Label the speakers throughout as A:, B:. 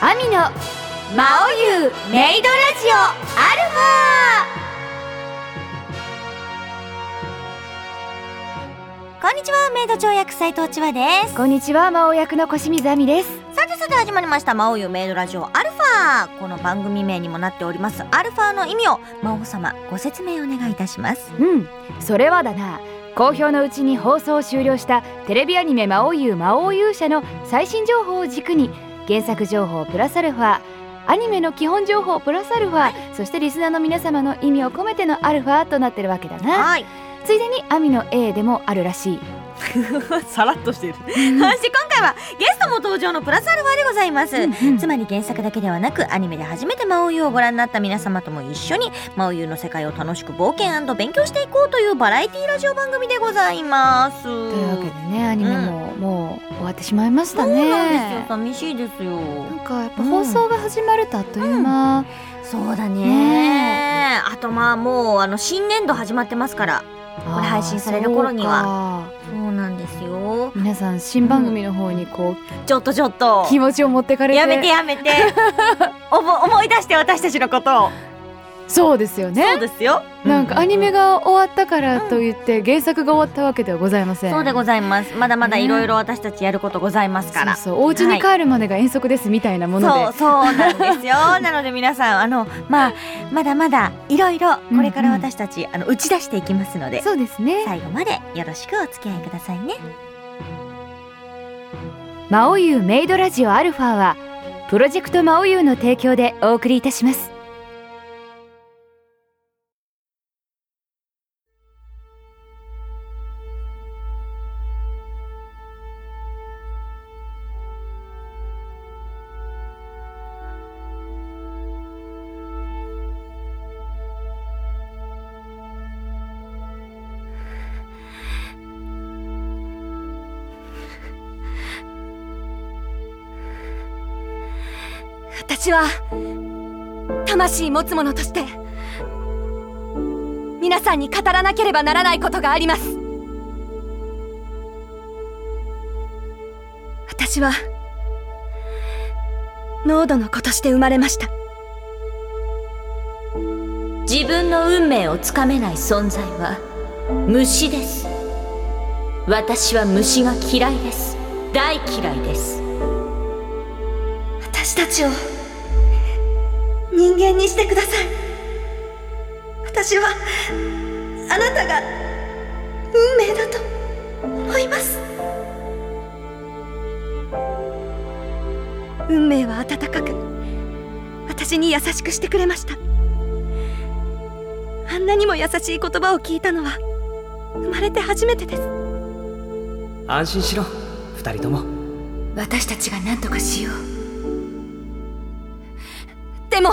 A: アミの魔王優メイドラジオアルファこんにちはメイド長役斉藤千葉です
B: こんにちは、魔王役の小清水亜美です。
A: さてさて始まりました「魔王ゆメイドラジオアルファこの番組名にもなっておりますアルファの意味を魔王様ご説明お願いいたします
B: うん、それはだな。好評のうちに放送を終了したテレビアニメ「魔王優魔王勇者」の最新情報を軸に原作情報プラスアルファアニメの基本情報プラスアルファ、そしてリスナーの皆様の意味を込めてのアルファとなってるわけだな
A: はい
B: ついでに「アミの A」でもあるらしい
A: さらっとして いるそして今回はゲストも登場のプラスアルファでございます、
B: うんうん
A: つまり原作だけではなくアニメで初めて魔王優をご覧になった皆様とも一緒に魔王優の世界を楽しく冒険勉強していこうというバラエティラジオ番組でございます。と
B: というわけでねアニメも、もう終わってしまいましたね
A: そうなんですよ寂しいですよ。
B: なんかやっぱ放送が始まるとあっという間、
A: そうだね
B: ね
A: あとまあもうあの新年度始まってますからこれ配信される頃には
B: は
A: そうなんですよ
B: 皆さん新番組の方にこう、
A: ちょっとちょっと
B: 気持ちを持ってかれて
A: やめてやめ ておぼ思い出して私たちのことを
B: そうですよ
A: そう
B: ね
A: ですよ
B: なんかアニメが終わったからといって原作が終わったわけではございません
A: そうでございますまだまだ
B: ね
A: いろいろ私たちやることございますから
B: そうそうお家に帰るまでが遠足ですみたいなもので、
A: そうそうなんです よなので皆さんあのまあまだまだいろいろこれから私たち、あの打ち出していきますので
B: そうですね
A: 最後までよろしくお付き合いくださいね
B: 魔王優メイドラジオアルファはプロジェクト魔王優の提供でお送りいたします
C: 私は魂持つ者として皆さんに語らなければならないことがあります私は濃度の子として生まれました
A: 自分の運命をつかめない存在は虫です私は虫が嫌いです大嫌いです
C: 私たちを人間にしてください私はあなたが運命だと思います運命は温かく私に優しくしてくれましたあんなにも優しい言葉を聞いたのは生まれて初めてです
D: 安心しろ二人とも
C: 私たちが何とかしようでも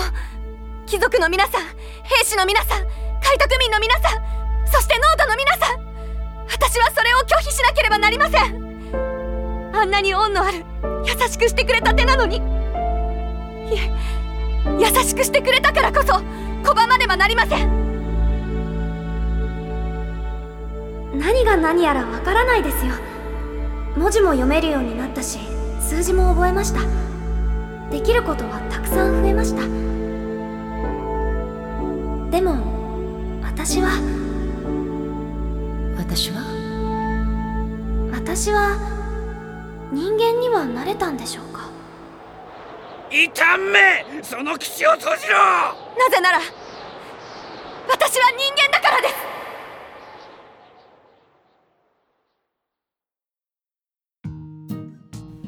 C: 貴族の皆さん兵士の皆さん開拓民の皆さんそして農奴の皆さん私はそれを拒否しなければなりませんあんなに恩のある優しくしてくれた手なのにいえ優しくしてくれたからこそ拒まねばなりません何が何やらわからないですよ文字も読めるようになったし数字も覚えましたできることはたくさん増えましたでも私は
A: 私は
C: 私は人間にはなれたんでしょうか
E: 痛めその口を閉じろ
C: なぜなら私は人間だからです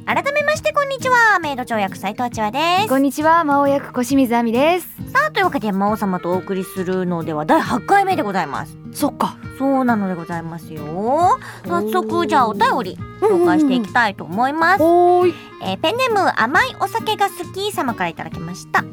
A: 改めましてこんにちはメイド長役斉藤千和です
B: こんにちは魔王役小清水亜美です
A: さあというわけで魔王様とお送りするのでは第8回目でございます
B: そっか
A: そうなのでございますよ早速じゃあお便り紹介していきたいと思います
B: おーい
A: えーペンネーム甘いお酒が好き様からいただきました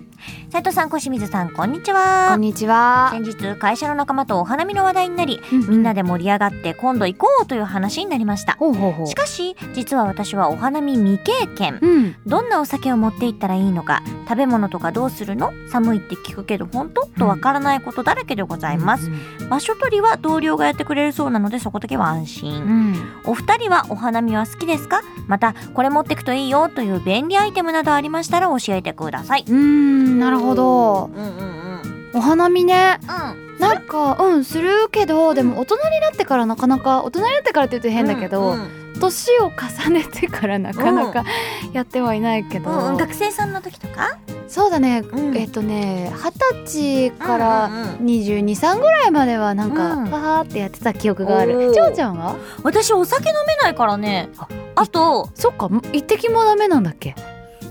A: 斉藤さん小清水さんこんにち
B: こ
A: は
B: んにちは
A: 先日会社の仲間とお花見の話題になりみ
B: み
A: んなで盛り上がって今度行こうという話になりました
B: ほうほうほう
A: しかし実は私はお花見未経験
B: うん
A: どんなお酒を持って行ったらいいのか食べ物とかどうするの寒いって聞くけど本当とわからないことだらけでございます場所取りは同僚がやってくれるそうなのでそこだけは安
B: う
A: 心
B: ん
A: お二人はお花見は好きですかまたこれ持ってくといいよという便利アイテムなどありましたら教えてくださいう
B: ーんなるほど
A: うんうんうん
B: お花見ね
A: うん
B: なんかうんするけどでも大人になってからなかなか大人になってからって言うと変だけど、
A: うんうん
B: 年を重ねてから なかなかやってはいないけど、
A: うんうん学生さんの時とか
B: そうだね、
A: うん
B: えっとね二十歳から、
A: うんうんうん
B: 22、3ぐらいまではなんか、
A: うん
B: わーってやってた記憶があ
A: お
B: る。
A: ー
B: ちょうちゃんは
A: 私お酒飲めないからねあと
B: そっか、ん一滴もダメなんだっけ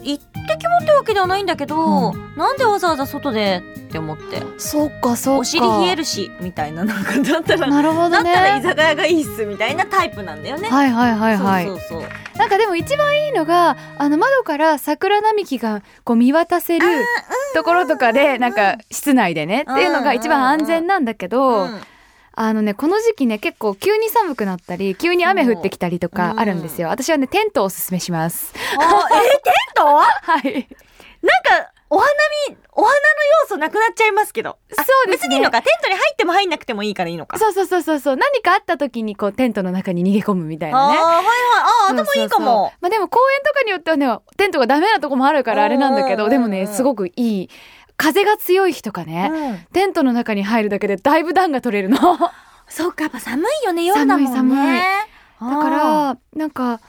A: 一滴もってわけではないんだけど、
B: う
A: なんでわざわざ外でって思って
B: そっか、そっか。
A: お尻冷えるしみたいななんかだったら、
B: なる
A: だ
B: ほど
A: ったら居
B: ね。
A: 酒屋がいいっすみたいなタイプなんだよね。
B: はいはいはいはい。
A: そうそうそう
B: なんかでも一番いいのが、あの窓から桜並木がこう見渡せるところとかで、なんか室内でねっていうのが一番安全なんだけど、
A: うん
B: あのね、この時期ね、結構急に寒くなったり、急に雨降ってきたりとかあるんですよ。私はね、テントをおすすめします。
A: あーえーテントなんか
B: はい。
A: お花見お花の要素なくなっちゃいますけどあ
B: そうです
A: 別
B: ね
A: にいいのかテントに入っても入んなくてもいいからいいのか
B: そうそうそうそうそう何かあった時にこうテントの中に逃げ込むみたい
A: あ
B: な
A: ー
B: ね。
A: はいはいあー頭いいか
B: そうそうそう
A: も。
B: まあでも公園とかによってはねテントがダメなとこもあるからあれなんだけ
A: うんうんうんう
B: ど
A: ん
B: でもねすごくいい風が強い日とかね、
A: うん
B: テントの中に入るだけでだいぶ暖が取れるの だか
A: そうかやっぱ寒いよね夜だもんね
B: 寒い
A: 寒
B: らなんか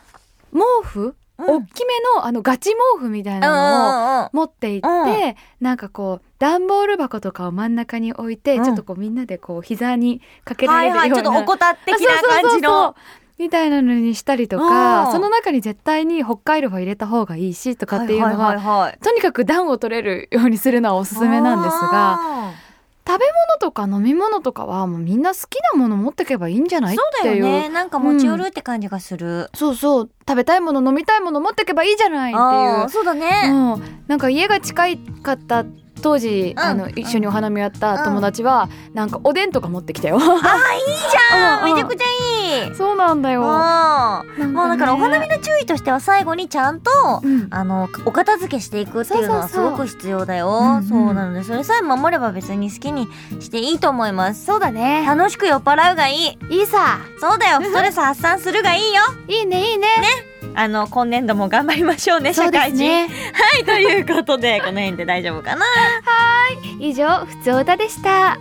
B: 毛布、
A: うん
B: 大きめのあのガチ毛布みたいな
A: う
B: のを
A: んうんうん
B: 持って行って、なんかこう段ボール箱とかを真ん中に置いて、
A: うん
B: ちょっとこうみんなでこう膝にかけら
A: は
B: れ
A: い
B: るような、
A: はいちょっと怠って的な感じ
B: あそうそうそうそ
A: の
B: うみたいなのにしたりと
A: う
B: か
A: ん
B: その中に絶対に北海道は入れた方がいいしとかっていうのは,、
A: はいはいはいはい
B: とにかく暖を取れるようにするのはおすすめなんですが
A: あ
B: 食べ物とか飲み物とかはもうみんな好きなもの持ってけばいいんじゃな
A: ー
B: いっ
A: そう
B: て
A: だ
B: いう
A: よねなんか持ち寄るって感じがする、
B: そうそう食べたいもの飲みたいもの持ってけばいいじゃない
A: ああ
B: っ
A: ーそうだね、
B: ていう、うん、なんか家が近いかった当時、
A: うん
B: あの一緒にお花見やった友達は、なんかおでんとか持ってきたよ
A: あー
B: うんうん
A: めちゃくちゃいい
B: そうなんだよ
A: あー
B: なんね
A: もうだからお花見の注意としては最後にちゃんと
B: うん
A: あのお片付けしていくっていうのはす
B: そうそうそう
A: ごく必要だ
B: うんう
A: よ
B: ん
A: そうなのでそれさえ守れば別に好きにしていいと思います
B: そうだね
A: 楽しく酔っ払うがいい
B: いいさ
A: そうだよストレス発散するがいいよ
B: いいねいいね
A: あの今年度も頑張りましょうね社会人、はいということで この辺で大丈夫かな
B: 以上ふつおたでした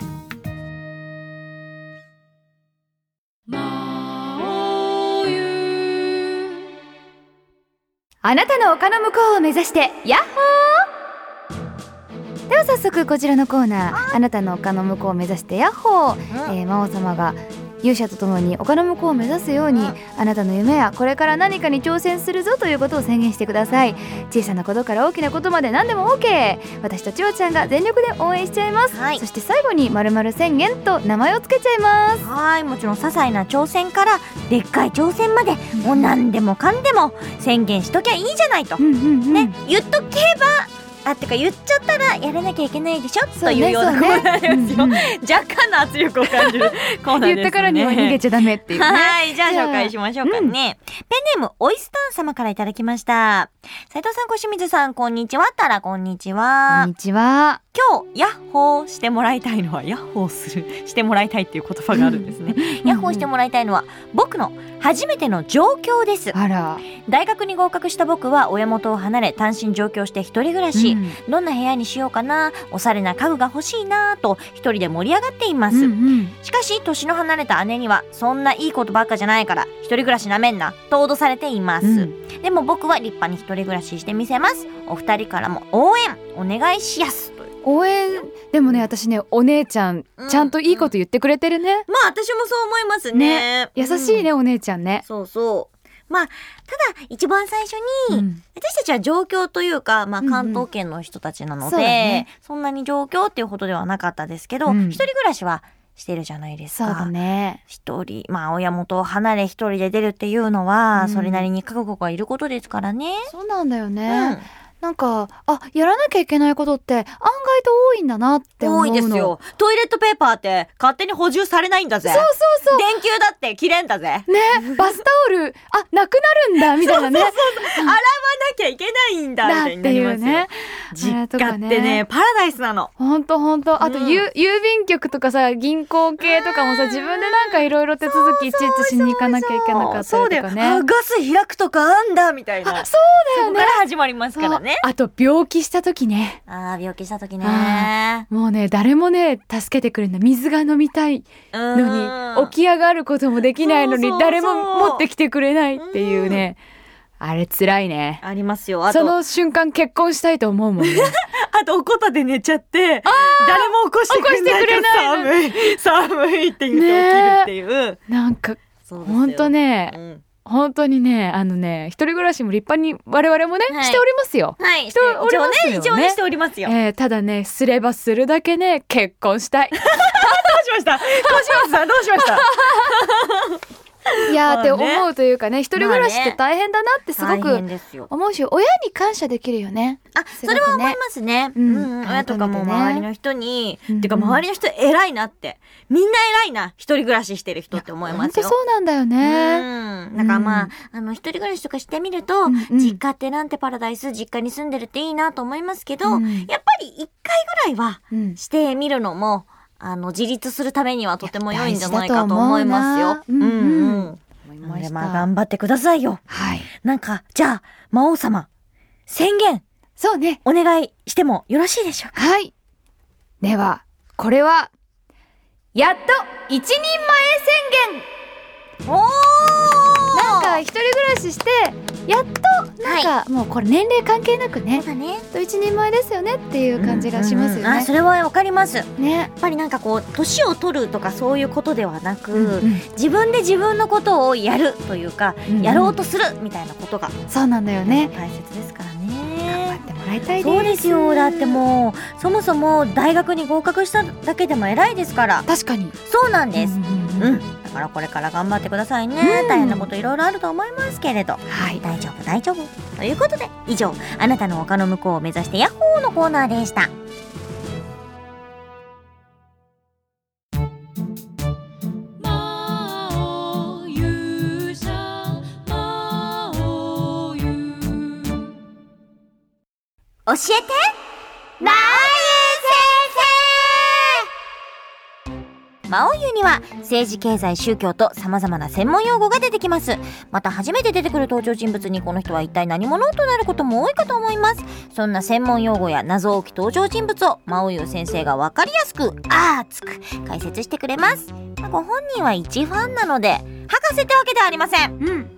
B: あなたの丘の向こうを目指してヤッホーでは早速こちらのコーナーあなたの丘の向こうを目指してヤッホー、
A: うん
B: えー魔王様が勇者とともに丘の向こうを目指すように、
A: うん
B: あなたの夢やこれから何かに挑戦するぞということを宣言してください小さなことから大きなことまで何でも OK 私と千代ちゃんが全力で応援しちゃいます、
A: はい
B: そして最後に〇〇宣言と名前をつけちゃいます
A: はいもちろん些細な挑戦からでっかい挑戦までもう何でもかんでも宣言しときゃいいじゃないと、
B: うんうんうん
A: ね言っとけばあってか言っちゃったらやらなきゃいけないでしょ、
B: そ
A: と
B: ね
A: いうような
B: そ
A: コーナー
B: ね
A: ですよ、
B: うんうん
A: 若干の圧力を感じるコーナーですね
B: 言ったからには逃げちゃダメっていうね
A: はい、じゃあ紹介しましょうかね。
B: う
A: ペ
B: ん
A: ンネーム、オイスターン様からいただきました。斉藤さん、小清水さん、こんにちは。たら、こんにち
B: こ
A: は
B: ん。にちは
A: 今日、ヤッホーしてもらいたいのは、ヤッホーする、してもらいたいっていう言葉があるんですね。ヤッホーしてもらいたいのは、僕の初めての上京です。
B: あら
A: 大学に合格した僕は、親元を離れ、単身上京して一人暮らし。
B: うん
A: どんな部屋にしようかな、おしゃれな家具が欲しいな、と一人で盛り上がっています。
B: うんうん
A: しかし年の離れた姉にはそんないいことばっかじゃないから一人暮らしなめんなと脅されています、
B: うん
A: でも僕は立派に一人暮らししてみせますお二人からも応援お願いしやすという
B: 応援でもね私ねお姉ちゃん
A: うん
B: ちゃんといいこと言ってくれてるね
A: まあ私もそう思いますね
B: 優しいね、
A: うん
B: お姉ちゃんね
A: そうそうまあただ一番最初に、
B: うん
A: 私たちは上京というか、まあ、
B: うんうん
A: 関東圏の人たちなので、
B: そうだね
A: そんなに上京っていうほどではなかったですけど、
B: うん
A: 一人暮らしはしてるじゃないです
B: そ
A: か
B: うだね
A: 一人、まあ親元を離れ一人で出るっていうのは、
B: うん
A: それなりに覚悟がいることですからね。
B: そうなんだよね、
A: うん。
B: なんかあやらなきゃいけないことって案外と多いんだなって
A: 多
B: 思うの
A: いですよトイレットペーパーって勝手に補充されないんだぜ
B: そうそう
A: 電球だって切れんだぜ
B: そうねバスタオルあなくなる んだみたいなね
A: 洗わなきゃいけないんだみ
B: だったて
A: いになり
B: い
A: ま
B: う
A: すよ
B: ね
A: 実家って
B: あれとか
A: ね
B: ね
A: パラダイスなの
B: ほんとほんとあと、
A: うん
B: ゆ郵便局とかさ銀行系とかもさ自分でなんかいろいろ手続きいちいちしに行かなきゃいけなかったりとかね
A: あガス開くとかあんだみたいな
B: あ そうだ
A: そ
B: よ
A: こ
B: ね
A: から始まりますからね
B: そうあと病気した時ね
A: ああ病気した時
B: あ
A: ね
B: もうね誰もね助けてくれない水が飲みたいのに起き上がることもできない
A: そ
B: の
A: う
B: に
A: そうそう
B: 誰も持ってきてくれないっていうねあれ辛いね
A: ありますよあ
B: そ
A: と
B: の瞬間結婚したいと思 うもんね
A: あとおこたで寝ちゃって誰も起こしてくれないから寒い寒いって言って起きるっていう
B: なんか
A: そうですよ
B: ほんとね
A: うん
B: 本当にねあのね一人暮らしも立派に我々もね、
A: はい
B: しておりますよ、
A: はい
B: しており
A: 一応
B: ますよ
A: ね
B: ね
A: 一応ねしておりますよど
B: えーただねすればするだけね結 婚したい
A: うしましたどうしましたどうしました
B: いやーって
A: まあね
B: 思うというかね一人暮らしって大変だなってすご
A: 大
B: く
A: 変ですよ
B: 思うし親に感謝できるよね
A: あ、
B: す
A: そ
B: ごくね
A: れは思いますね。う
B: うんん、
A: うん、親とかも
B: 改めてね
A: 周りの人に、
B: うんうん
A: てか周りの人偉いなって、みんな偉いな、一人暮らししてる人って思いま
B: 本
A: す
B: 当
A: よ。
B: そうなんだよね、
A: うん、だからまあ、あの、一人暮らしとかしてみると、
B: うんうん
A: 実家ってなんてパラダイス、実家に住んでるっていいなと思いますけど、
B: うん
A: やっぱり一回ぐらいは
B: うん
A: してみるのも、あの、自立するためにはとても良いんじゃないかと思いますよ。
B: いや大事だと思うなうんうん
A: ん。
B: 思い
A: なの
B: ま
A: で
B: した
A: まあ、頑張ってくださいよ。
B: はい
A: なんか、じゃあ、魔王様、宣言、
B: そうね
A: お願いしてもよろしいでしょうか
B: はいではこれはやっと一人前宣言
A: おー
B: なんか一人暮らししてやっとなんかもうこれ年齢関係なくね、
A: そうだね
B: やっと一人前ですよねっていう感じがします
A: うん
B: よ
A: うんあ
B: ね
A: そ。れはわかりますやっ
B: ね、
A: ぱりなんかこう年を取るとかそういうことではなく、
B: うん
A: 自分で自分のことをやるというか、
B: うん
A: やろうとするみたいなことが
B: そうなんだよね。
A: 大切ですから
B: 頑
A: ね
B: 張ってもらいたいです。
A: そうですよだってもうそもそも大学に合格しただけでも偉いですから
B: 確かに。
A: そうなんです、
B: うんうん
A: うん
B: うん
A: だからこれから頑張ってくださいね、
B: うん
A: 大変なこといろいろあると思いますけれど
B: はい。
A: 大丈夫大丈夫ということで以上あなたの丘の向こうを目指してヤッホーのコーナーでした教えて魔王湯先生魔王湯には政治経済宗教と様々な専門用語が出てきますまた初めて出てくる登場人物にこの人は一体何者となることも多いかと思いますそんな専門用語や謎多き登場人物を真央優先生が分かりやすく熱く解説してくれます、まあ、ご本人は一ファンなので博士ってわけではありません
B: うんうん。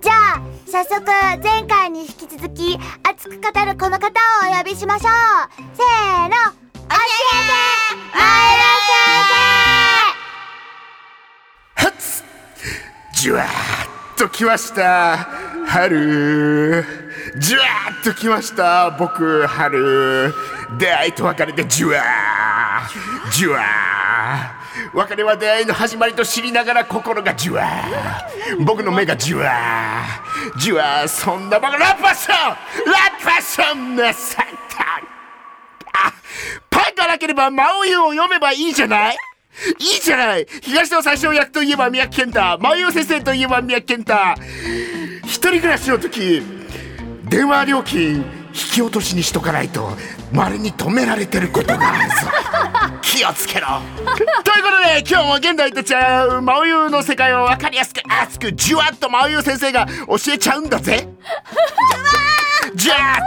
F: じゃあ早速前回に引き続き熱く語るこの方をお呼びしましょうせーの教えて前
G: はっつじゅわーっときました春じゅわーっときました僕春出会いと別れでじゅわーじゅわー別れは出会いの始まりと知りながら心がじゅわー僕の目がじゅわーじゅわーそんなバカラッパソンラッパソンなサンタンあパンがなければ魔王湯を読めばいいじゃないいいじゃない東の最小役といえば宮城健太魔王湯先生といえば宮城健太一人暮らしの時電話料金引き落としにしとかないとまれに止められてることがあるぞ気をつけろということで今日も現代とちゃう魔王湯の世界を分かりやすく熱くじゅわっと魔王湯先生が教えちゃうんだぜじゃあ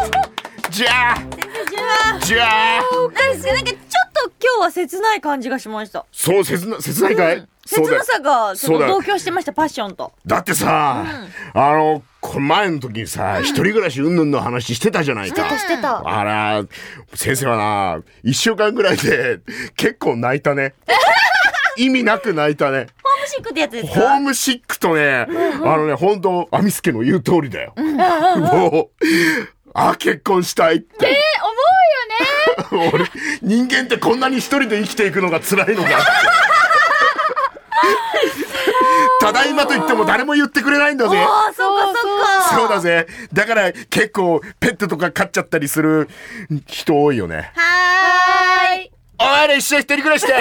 G: じゃあじゃ
A: な
G: あ
A: んかなんかちょっと今日は切ない感じがしました。
G: そう切な切ないかい、
A: 切
G: そうだよ
A: なさがちょ
G: そう
A: っと
G: だよ
A: 同居してましたパッションと。
G: だってさ、あのこの前の時にさ、一人暮らし云々の話してたじゃないか
F: 先生してた
G: あら先生はな1週間ぐらいで結構泣いたね意味なく泣いたね
A: ホームシックってやつです
G: ホ
A: か
G: ームシックとね、あのね本当アミスケの言う通りだよ、もうあ結婚したいって、思うよね俺人間ってこんなに一人で生きていくのが辛い のかってただいまと言っても誰も言ってくれないんだぜ
A: ああ、そうかそうか。
G: そうだぜ。だから結構ペットとか飼っちゃったりする人多いよね。
C: はーい。
G: おいら一緒に一人暮らしだ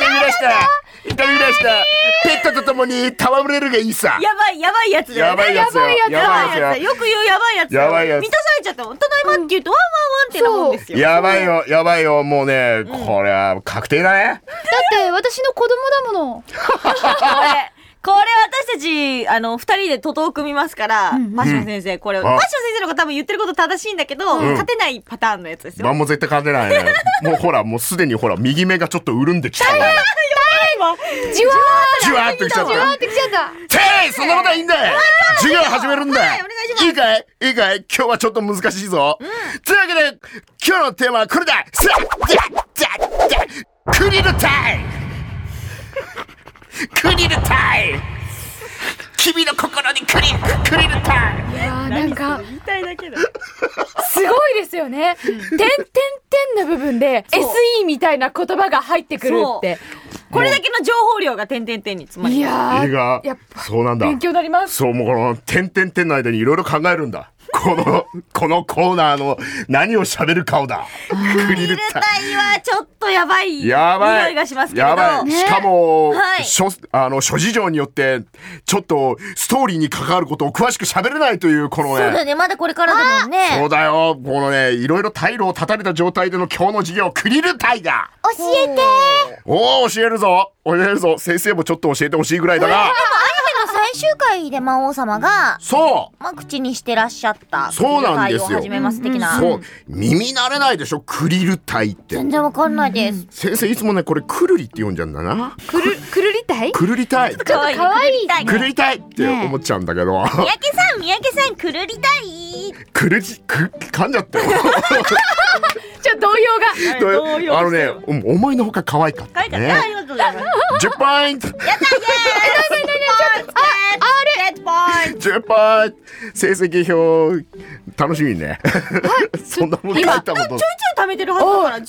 G: 一人暮らしだ一人暮らしだペットと共に戯れるがいいさ
H: やばいやばいやつだよ
G: やばいやつよ
H: やばいやつ
G: やばいや
H: だ
G: つ
H: よよく言うやばいやつだよ
G: やばいやつ
H: 満たされちゃったもんただいまって言うとワンワンワンってなもんですよ
G: やばいよやばいよもうねこれは確定だね
I: って私の子供だもの
H: これこれ私たちあの二人で徒党組みますから、マシュマ先生これ
G: ん
H: マシュマ先生の方が多分言ってること正しいんだけど、
G: ん
H: 勝てないパターンのやつですよ、
G: まあもう絶対勝てないねもうほらもうすでにほら右目がちょっと潤んできちゃった
I: じわ
G: ジュワーっときちゃっ
I: ーじわーったてきちゃった
G: せいそんなことはいいんだよ授業始めるんだよいいかいいいかい今日はちょっと難しいぞというわけで今日のテーマはこれださあじゃじゃじゃクリルタイムクリルタイム君の心にクリクリルタイム
I: あーなんか
H: 言いたいだけだ
I: すごいですよね。点点点の部分で SE みたいな言葉が入ってくるって。
H: これだけの情報量が点々点に詰まり
I: いや
G: 映
I: ー、
G: 画
I: やっぱ
G: そうなんだ
I: 勉強になります。
G: そう、もうこの、点々点の間にいろいろ考えるんだ。この、このコーナーの何を喋る顔だ。クリルタイ。
H: 体はちょっとやばい
G: やばい。
H: 匂いがしますけれど
G: やばい。しかも、
H: はい
G: 諸あの、諸事情によって、ちょっと、ストーリーに関わることを詳しく喋れないという、この
A: そうだよ
G: ね。
A: ねまだこれからだもんね
G: そうだよ。このね、いろいろ退路を断たれた状態での今日の授業、クリルタイだ。
C: 教えて
G: おお、教えるぞ。教えるぞ。先生もちょっと教えてほしいぐらいだが。
A: アニメの最終回で魔王様が、
G: そう。
A: まあ、口にしてらっしゃった
G: そうなんですよ
A: 会を始めます的な、
G: そう。耳慣れないでしょ、クリルタイって。
A: 全然わかんないです、
G: 先生いつもねこれくるりって読んじゃうんだな
I: くる、くるりたい
G: くるりたい
H: かわいい
I: 可愛い
G: くるりたいって思っちゃうんだけど、
A: 三宅さん三宅さんくるりたい
G: くるじく噛んじゃったよ
I: ちょっと動揺が。
H: 動揺した
G: あのねお思いのほか可愛かっ
H: 可
G: た
H: 愛かったあ
G: ね
H: りがとうございます
G: 10ポイント10ポイント成績表楽しみね そんなもん書いたこと
H: 貯めてるはずだから13、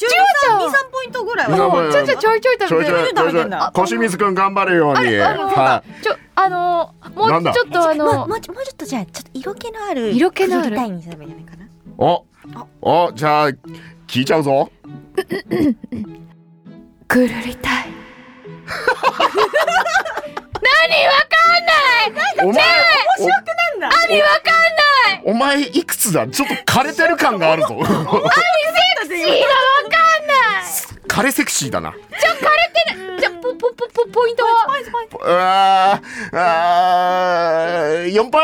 I: おう
H: 2、3ポイントぐらいは。
G: 今
I: ちょいちょいちょいちょい
G: ち
I: 食
G: ょ
I: べ
G: い
I: て
G: ちょ
I: る。
G: いち
H: 食べ
G: ょいちょ
H: てん
G: い
H: だ
G: 腰水くん頑張れように
I: あの
G: は
I: ちょ、あのー、も
G: なんだ
I: うちょっとあの
A: もうちょもうちょっとじゃあちょっと色気のある
I: 色気のある
A: くるりたいにすればいいんじゃないかない
G: おおじゃあ聞いちゃうぞ
I: くるりた い。何わかんない
G: お前面白く
H: なんだ
I: 何わかんない
G: お前いくつだちょっと枯れてる感があるぞ
I: いいのわかんない
G: 枯れセクシーだな
I: じゃ、ポ、ポ、ポ、ポ、ポイントは
G: あーあー4ポイント
I: ポ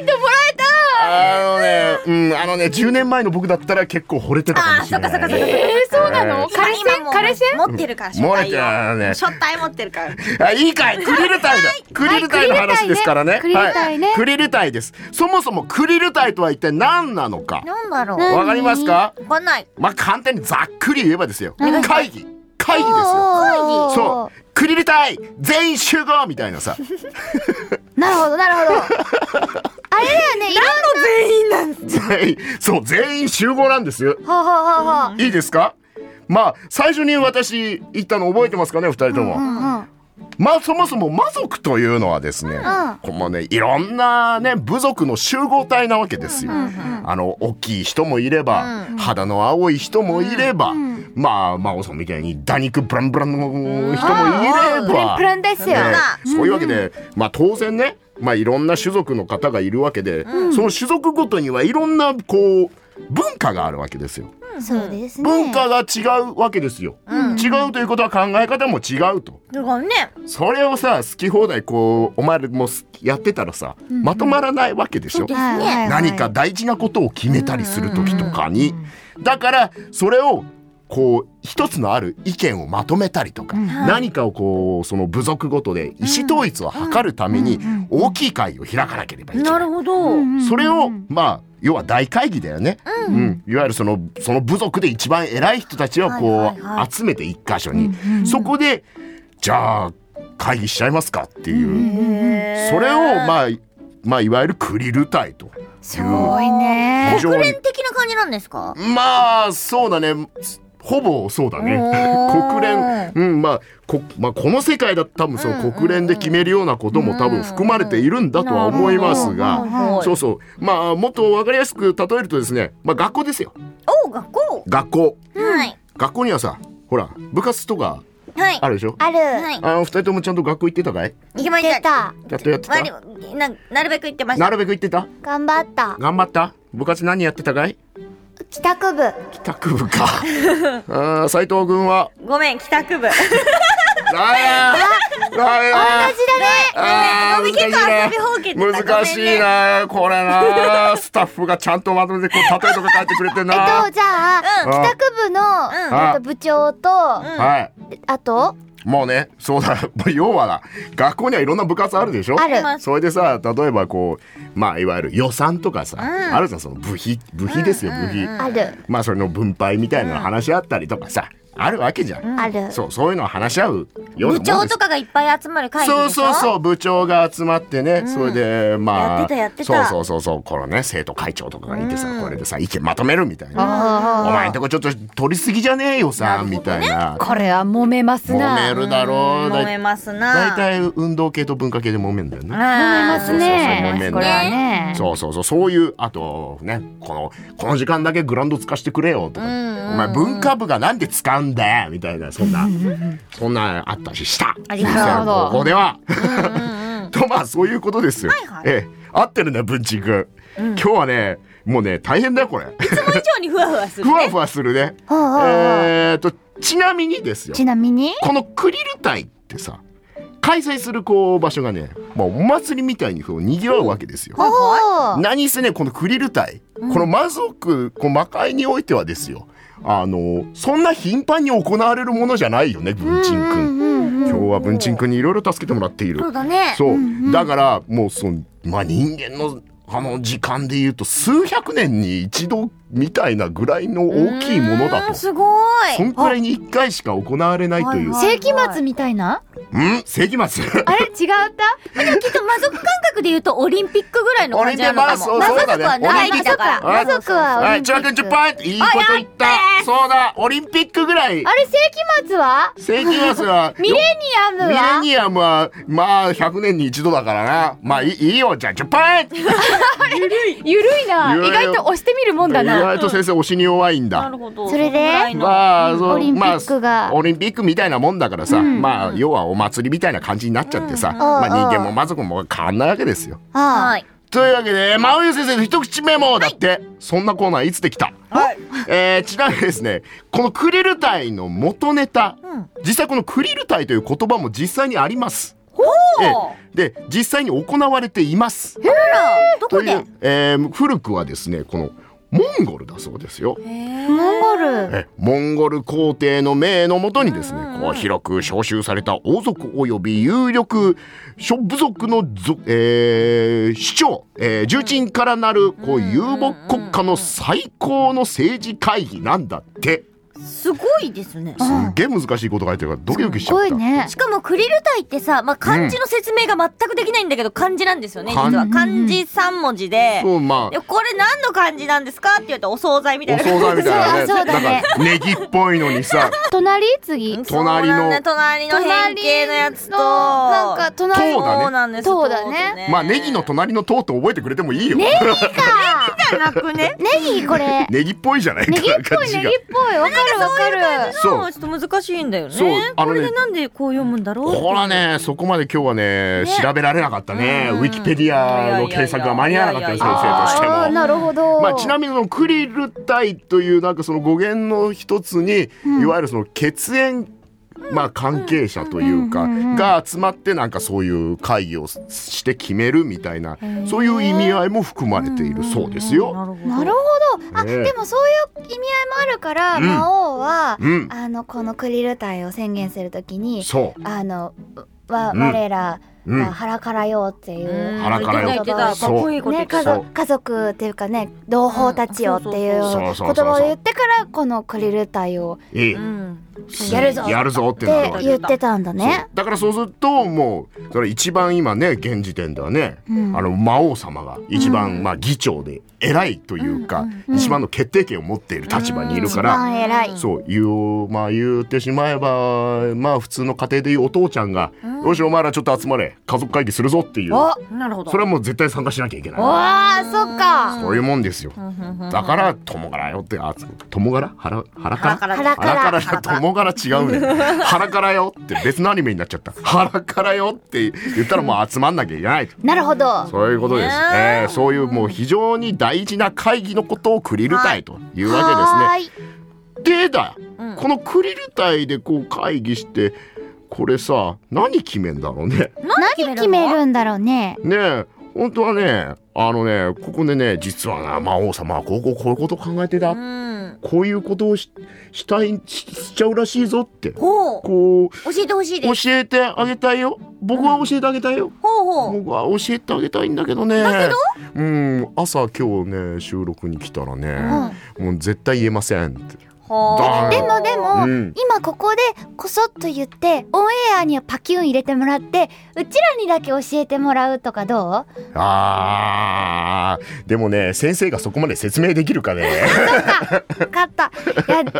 I: イントもらえた
G: あのね、うん、あのね、10年前の僕だったら結構惚れてたかもしれない。
I: えー、そうなの
G: え
I: 彼
H: 今
I: 氏
H: もう
I: 彼氏
H: 持ってるから、
G: 漏れて
H: を
G: るね
H: 書体持ってるから。
G: あいいかいクリルタイだクリルタイの話ですからね。
I: クリルタイね
G: はいクリルタイです。そもそもクリルタイとは一体何なのか。
A: なんだろう
G: わかりますか
A: わかんない
G: まあ、簡単にざっくり言えばですよ。会議。会議ですよ。
C: おー
G: そう。クリルタイ全員集合みたいな さ。
C: なるほどなるほどあれだよねいろん
G: 全員、そう、全員集合なんですよ。
C: ほうほうほうほう
G: いいですかまあ、最初に私言ったの覚えてますかね、二人とも。
C: うんうん
G: まあそもそも魔族というのはですね、このねいろんなね部族の集合体なわけですよ。あの大きい人もいれば、肌の青い人もいれば、まあ真央さんみたいに打肉ブランブランの人もいれば、
I: プランですよ
G: ねそういうわけで、まあ当然ね、まあいろんな種族の方がいるわけで、その種族ごとにはいろんなこう文化があるわけですよ。
C: そうですね
G: 文化が違うわけですよ。違うということは考え方も違うと。
H: だからね、
G: それをさ好き放題こうお前らもう好きやってたらさ、まとまらないわけでし
C: は
G: ょ、
C: いはいはい
G: 何か大事なことを決めたりする時とかに、だからそれをこう一つのある意見をまとめたりとか、何かをこうその部族ごとで意思統一を図るために大きい会を開かなければいけない。
A: なるほど、
G: それをまあ要は大会議だよね、うんいわゆるそのその部族で一番偉い人たちをこ
A: は
G: う、
A: いはいは
G: 集めて一箇所に、そこでじゃあ会議しちゃいますかっていう、それをまあまあいわゆるクリル隊という
C: すごいね
G: 非常
A: 国
G: に
A: 連的な感じなんですか
G: まあそうだねほぼそうだね
A: おー
G: 国連、うんまあ、こまあこの世界だと多分その国連で決めるようなことも多分含まれているんだとは思います
A: なるほど
G: がそうそうまあもっと分かりやすく例えるとですね、まあ、学校ですよ
A: お学校
G: 学校
A: はい
G: 学校にはさほら部活とか
A: はい
G: あるでしょ
C: ある。
A: はい
G: あの二人ともちゃんと学校行ってたかい
A: 行きまし
C: 出
A: た
C: た。
G: ちゃんとやって
A: まあ
G: た
A: でもななるべく行ってました
G: なるべく行ってた
C: 頑張った。
G: 頑張った部活何やってたかい
C: 帰宅部。
G: 帰宅部かあー斉藤君は
H: ごめん、帰宅 部。
C: 同じだね。
G: あーあーあー
H: ごめんごめん
G: 難
H: 結構遊び
G: しい
H: 放棄だ
G: な
H: った
G: 難しいなこれなスタッフがちゃんとまとめてこう例えとか書いてくれてん
C: えっ
G: な
C: と、じゃあ、
G: うん
C: 帰宅部の、えっと部長と、
G: はい
C: あと、
G: もうねそうだ 要はな学校にはいろんな部活あるでしょ
C: ある
G: それでさ例えばこうまあいわゆる予算とかさ、あるじゃんその部費部費ですよ部費、
C: ある、
G: まあそれの分配みたいなの話し合ったりとかさ、あるわけじゃん、
C: ある。
G: そうそういうのを話し合うよう
A: 部
G: なもんですよ
A: 長とかがいっぱい集まる会議でし
G: そ
A: ょ
G: うそうそう部長が集まってね、それで
A: や
G: まあ
A: ってたやってた
G: そうそうそうそうこのね生徒会長とかがいてさ、これでさ意見まとめるみたいな、
I: あ
G: お前んとこちょっと取りすぎじゃねえよさ、みたいな
I: ーこれは揉めますな
G: 揉めるだろうだ
H: 揉め
G: い
H: ます
G: 大
H: な。
G: 体運動系と文化系で揉めんだよね
I: 揉め
H: あ
I: ますね
G: そうそうそう揉めるね
I: これはね
G: そうそうそうそういうあとねこのこの時間だけグラウンド使わせてくれよとか、お前文化部がなんで使うんだよみたいなそんなそんなあったしした
A: りました
G: 先生
I: なるほど
G: ここでは とまあそういうことですよ、ええ合ってるね文鎮君、今日はねもうね大変だよこれ
H: ー以上にふわふわする
G: ふ。わふわするね
C: ほうほうほう
G: えーとちなみにですよ
C: ちなみに、
G: このクリル隊ってさ開催するこう場所がね、まあ、お祭りみたいにこう賑わうわけですよ。
C: ほうほう
G: 何せねこのクリル隊、この魔族こう魔界においてはですよあのそんな頻繁に行われるものじゃないよね文鎮くん今日は文鎮くんにいろいろ助けてもらっている
A: そうだね
G: そうだからもうそのまあ人間のあの時間でいうと数百年に一度みたいなぐらいの大きいものだと
A: すごい
G: そんくらいに一回しか行われないという、
A: はい
I: 世紀末みたいな
G: うん世紀末
I: あれ違った
A: きっと魔族感覚で言うとオリンピックぐらいの感じなのかも
G: オリンピックまあそうそうだね
A: 魔族は長いだから
G: オリン
C: 家
G: ピック
C: 族はオ
G: は
C: リ
G: い
C: ンピ
G: 千葉くん
C: ッ
G: 10
C: ク。
G: ポイントいいこと言ったそうだオリンピックぐらい
C: あれ、世紀末は
G: 世紀末は
C: ミレニアム
G: ミレ
C: は
G: ニアムはまあ100年に一度だからなまあいいいいよじゃあ10ポイント
I: ゆるいな
G: ゆるい
I: 意外と押してみるもんだ
G: 意
I: な
G: 外と先生推しに弱いん
H: な
G: だ
H: るほど。
C: そ
H: ん
C: れで
H: ぐらいの
G: まあそう
C: オリンピックが
G: まあオリンピックみたいなもんだからさ、まあ要はお祭りみたいな感じになっちゃってさ、まあ人間も魔族も変わんないわけですよ
C: あ
A: はい
G: というわけで、真央優先生の一口メモだって、そんなコーナーいつできた、えーちなみにですね、このクリル隊の元ネタ、実際このクリル隊という言葉も実際にあります。ええで、実際に行われています。
A: ど
G: と
A: こ
G: い
A: で
G: う、えー古くはですね、このモンゴルだそうですよ。
C: あ、モンゴル。
G: えモンゴル皇帝の命のもとにですね、こう広く召集された王族及び有力諸部族の族、えー、首長、えー重鎮からなるこう遊牧国家の最高の政治会議なんだって。
A: すごいですね
G: すっげえ難しいこと書いてるからドキドキし
C: す
G: ちゃっ
C: ごい
G: た。
C: ね
A: し。かもクリルタイってさ、まあ、漢字の説明が全くできないんだけど、漢字なんですよね実
G: 漢
A: は漢字3文字で
G: そうま
A: で
G: あ。
A: これ何の漢字なんですかって言うとお惣菜みたい
G: お
A: な
G: 惣 菜みたいなね。
C: そうそうだね
G: なんかネギっぽいのにさ、
C: 隣次
G: 隣の
A: そうなんだ隣の変形のやつと
C: 隣のなんか隣
G: 塔だね
A: そうなんです
C: 塔だね
A: 塔と
G: まあネギの隣の塔って覚えてくれてもいいよ。
C: か。
A: じゃなくね
C: ネギこれ。
G: ネギっぽいじゃないか。
C: ネギっぽいネギっぽい。わかるわかる。
G: そう
A: まあちょっと難しいんだよね
G: そうあ
A: こ
G: のね
A: れでなんでこう読むんだろう
G: これはねそこまで今日はね調べられなかったね、ウィキペディアの検索が間に合わなかったよ
H: い
G: 先
H: やいやいや
G: 生として
C: ああー、
G: も。
C: なるほど。
G: まあ、ちなみにそのクリル体というなんかその語源の一つに、いわゆるその血縁まあ関係者というかが集まってなんかそういう会議をして決めるみたいなそういう意味合いも含まれているそうですよ。
C: なるほど。あ、
G: ねえ
C: でもそういう意味合いもあるから、
G: うん
C: 魔王は、
G: うん、
C: あの、このクリル隊を宣言するときに、
G: そう
C: あの、わ、
G: うん
C: 我ら、
G: うん
C: まあ腹からよっていう。
G: 腹からよ
C: 言ってた言ってた
G: そう
H: かっこいいこと言
C: ね、
H: ってた
C: 家
G: そう
C: 族家族っていうかね同胞たちよっていう
G: うんそう
C: 言
G: そうそうそう
C: 葉を言ってからこのクリル隊を
G: ええ
H: うん
C: やるぞ
G: やるぞっ
C: って
G: なるわけ
C: 言ってたんだね
G: そう。だからそうするともうそれ一番今ね現時点ではね、あの魔王様が一番、まあ議長で偉いというか、一番の決定権を持っている立場にいる
C: 一
G: から、
C: 番偉い。
G: そう言うまあ言ってしまえばまあ普通の家庭でいうお父ちゃんが、よしお前らちょっと集まれ家族会議するぞっていう
C: お
H: なるほど
G: それはもう絶対参加しなきゃいけない。
C: わあ、そっか。
G: そういうもんですよ。だから、友柄よって、あ、友柄腹、腹から
H: 腹
C: から
G: 腹からよ、友柄違うね。 腹からよって別のアニメになっちゃった。腹からよって言ったらもう集まんなきゃいけないと。
C: なるほど。
G: そういうことです。えーそういうもう非常に大事な会議のことをクリル隊というわ
C: はー
G: け
C: い。
G: ですね。でだ、このクリル隊でこう会議して、これさ、何決めんだろうね。
C: 何決めるんだろうね。
G: ねえ本当はねあのねここでね実はな魔王様はこうこうこういうことを考えてた、
H: うん
G: こういうことをししたいししちゃうらしいぞって
H: ほう
G: こう
H: 教えてほしい
G: 教
H: です
G: えてあげたいよ僕は教えてあげたいよ、
H: ほうほう
G: 僕は教えてあげたいんだけどねうん朝今日ね収録に来たらね、もう絶対言えませんって
H: ほ
G: だ
H: う
C: でもでも、
G: うん
C: 今ここでこそっと言ってオンエアにはパキュン入れてもらってうちらにだけ教えてもらうとかどう
G: あーでもね先生がそこまで説明できるかね
C: 分かったいやで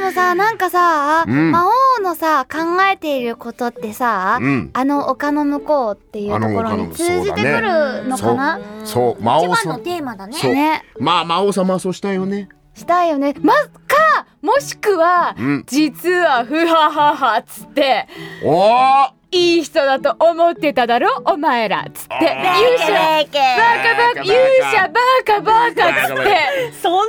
C: もさなんかさ、
G: うん
C: 魔王のさ考えていることってさ、
G: うん
C: あの丘の向こうっていうところに通じてくるのかな、
G: そう魔
A: 一
G: 王
A: 番
G: さ
A: の
G: ん
A: テーマだね
G: そう
C: ね
G: まあ魔王様はそうしたいよね。
I: したいよねまかもしくは、
G: うん
I: 実はふはははっつって
G: おお。
I: いい人だと思ってただろお前らっつって勇者バカバカ勇者バカバカっつって
H: そんな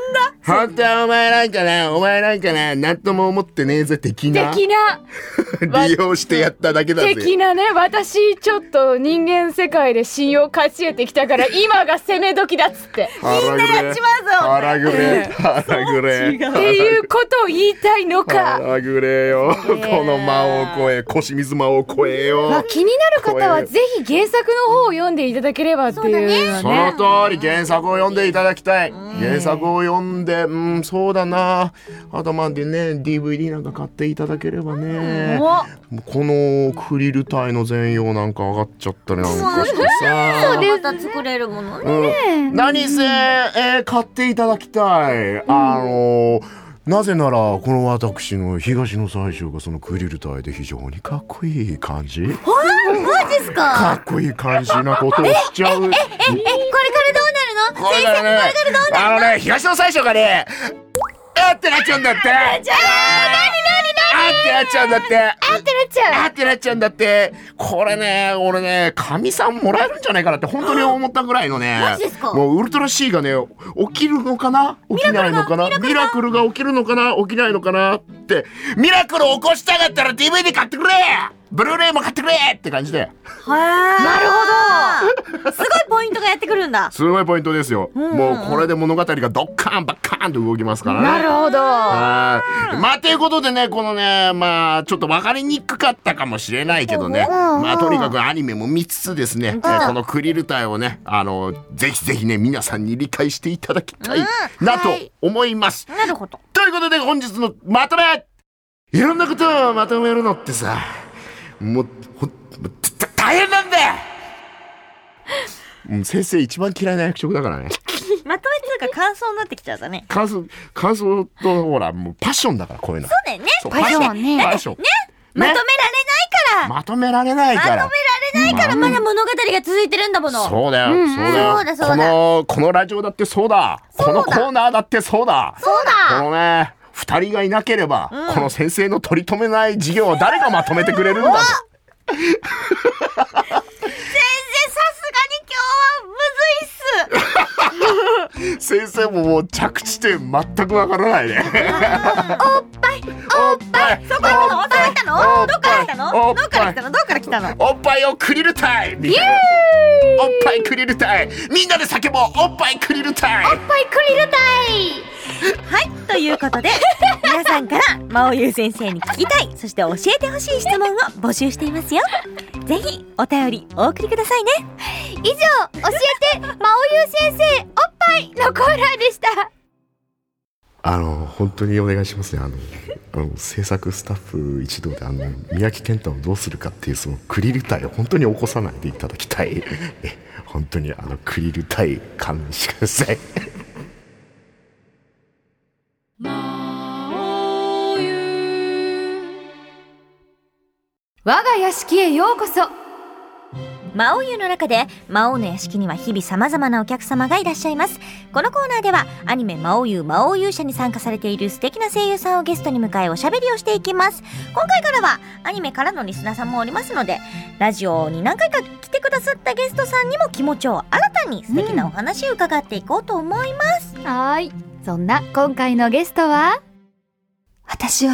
G: 本当はお前なんかな、お前なんかな、なんとも思ってねえぜ的な。
I: 的な
G: 利用してやっただけだぜ。
I: 的なね私ちょっと人間世界で信用勝ち得てきたから今が攻め時だっつって
G: 腹ぐれ。腹ぐれ。腹ぐれ。
I: っていうことを言いたいのか
G: 腹ぐれよ。この魔王越え、腰水魔王越え
I: まあ
G: よ。
I: 気になる方はぜひ原作の方を読んでいただければっていうのは
G: その通り原作を読んでいただきたい原作を読んでうんそうだなあとまあでね DVD なんか買っていただければねもうこのクリル体の全容なんか上がっちゃったりなんかしてさ
A: また作れるものね
G: うん、何せ、えー買っていただきたい、あのなぜならこの私の東の最初がそのクリル体で非常にかっこいい 感じ
A: マジっすか
G: かっこいい感じなことをしちゃうこれ
A: えこれからどうなるの
G: からねあのね東の最初がねあってなっちゃうんだってあってなっちゃうんだってあってなっちゃうあってなっちゃうんだってこれね俺ね神さんもらえるんじゃないかなって本当に思ったぐらいのね
A: ジですか
G: もうウルトラ C がね起きるのかな起きないのかなミラクルが起きるのかな起きないのかなってミラクル起こしたかったら DVD 買ってくれブルーレイも買ってくれって感じで
H: なるほどすごいポイントがやってくるんだ
G: すごいポイントですよ、もうこれで物語がドッカーンバッカーンと動きますからね
I: なるほど
G: はいまあということでねこのねまあちょっと分かりにくかったかもしれないけどねまあとにかくアニメも見つつですね、えーこのクリル隊をねあのぜひぜひね皆さんに理解していただきたいなと思います。
A: なるほど
G: ということで本日のまとめいろんなことをまとめるのってさもうほんもうた大変なんだよ うん先生一番嫌いな役職だから
H: ま
G: ね
H: とめてなんか感想になってきちゃったね
G: 感想感想とほらもうパッションだからこういうの
H: そうだよね
G: そう
C: パッションはね
G: パッション
H: まとめられないから
G: まとめられないから
H: まとめられないからまだ物語が続いてるんだもの
G: そうだよ、そうだよ
A: そうだそうだ
G: このこのラジオだってそうだこのコーナーだってそうだそうだこのね二人がいなければ、この先生の取り留めない授業を誰がまとめてくれるんだと先生ももう着地点全くわからないね。おっぱ い、おっぱい、そこ
H: どこから来たのどこから来たのど
G: おっ
H: こか
G: ぱ
H: ら来
G: い
H: た、のどこから来たの
G: おっぱいをクリルタイみたいなおっぱいクリルタイみんなで叫ぼうおっぱいクリルタイ
C: ぱいクリル隊
A: はい、ということで、 皆さんから、まおゆう先生に聞きたい、そして教えてほしい質問を募集していますよ。ぜひ、お便りお送りくださいね。
C: 以上教えてまおゆ先生おっぱいのコーナーでした
G: あの本当にお願いしますねあのあの制作スタッフ一同であの三宅健太をどうするかっていうそのクリル隊を本当に起こさないでいただきたいえ本当にあのクリル隊勘弁してください
B: 我が屋敷へようこそ
A: 魔王湯の中で魔王の屋敷には日々様々なお客様がいらっしゃいますこのコーナーではアニメ魔王湯魔王勇者に参加されている素敵な声優さんをゲストに迎えおしゃべりをしていきます今回からはアニメからのリスナーさんもおりますのでラジオに何回か来てくださったゲストさんにも気持ちを新たに素敵なお話を伺っていこうと思います、
B: はーいそんな今回のゲストは
J: 私は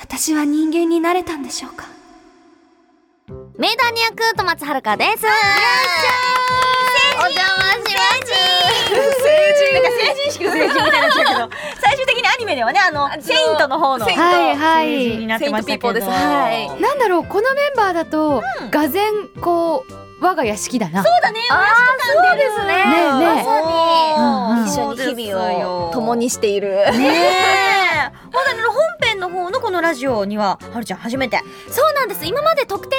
J: 私は人間になれたんでしょうか
C: メイダニ役戸松遥ですいらっしゃいお邪魔します
H: なんか成人式の成人みたいになっちゃうけど、最終的にアニメではね、あの、セイントの方の
J: セイント
B: はいは
H: 成人に
B: い
H: なってましたけど。
J: セイントピーポーですはい
H: そう
B: なんだろうこのメンバーだと、
A: うん
B: がぜんこう我が屋敷だな
H: だね、おや
J: そうですね
B: ねえねえ
H: ま
J: 一
H: さ
J: 緒
H: に
J: に日々を共にしている
A: ねえ本当にあの本編の方のこのラジオにははるちゃん初めて
J: そうなんです今まで特典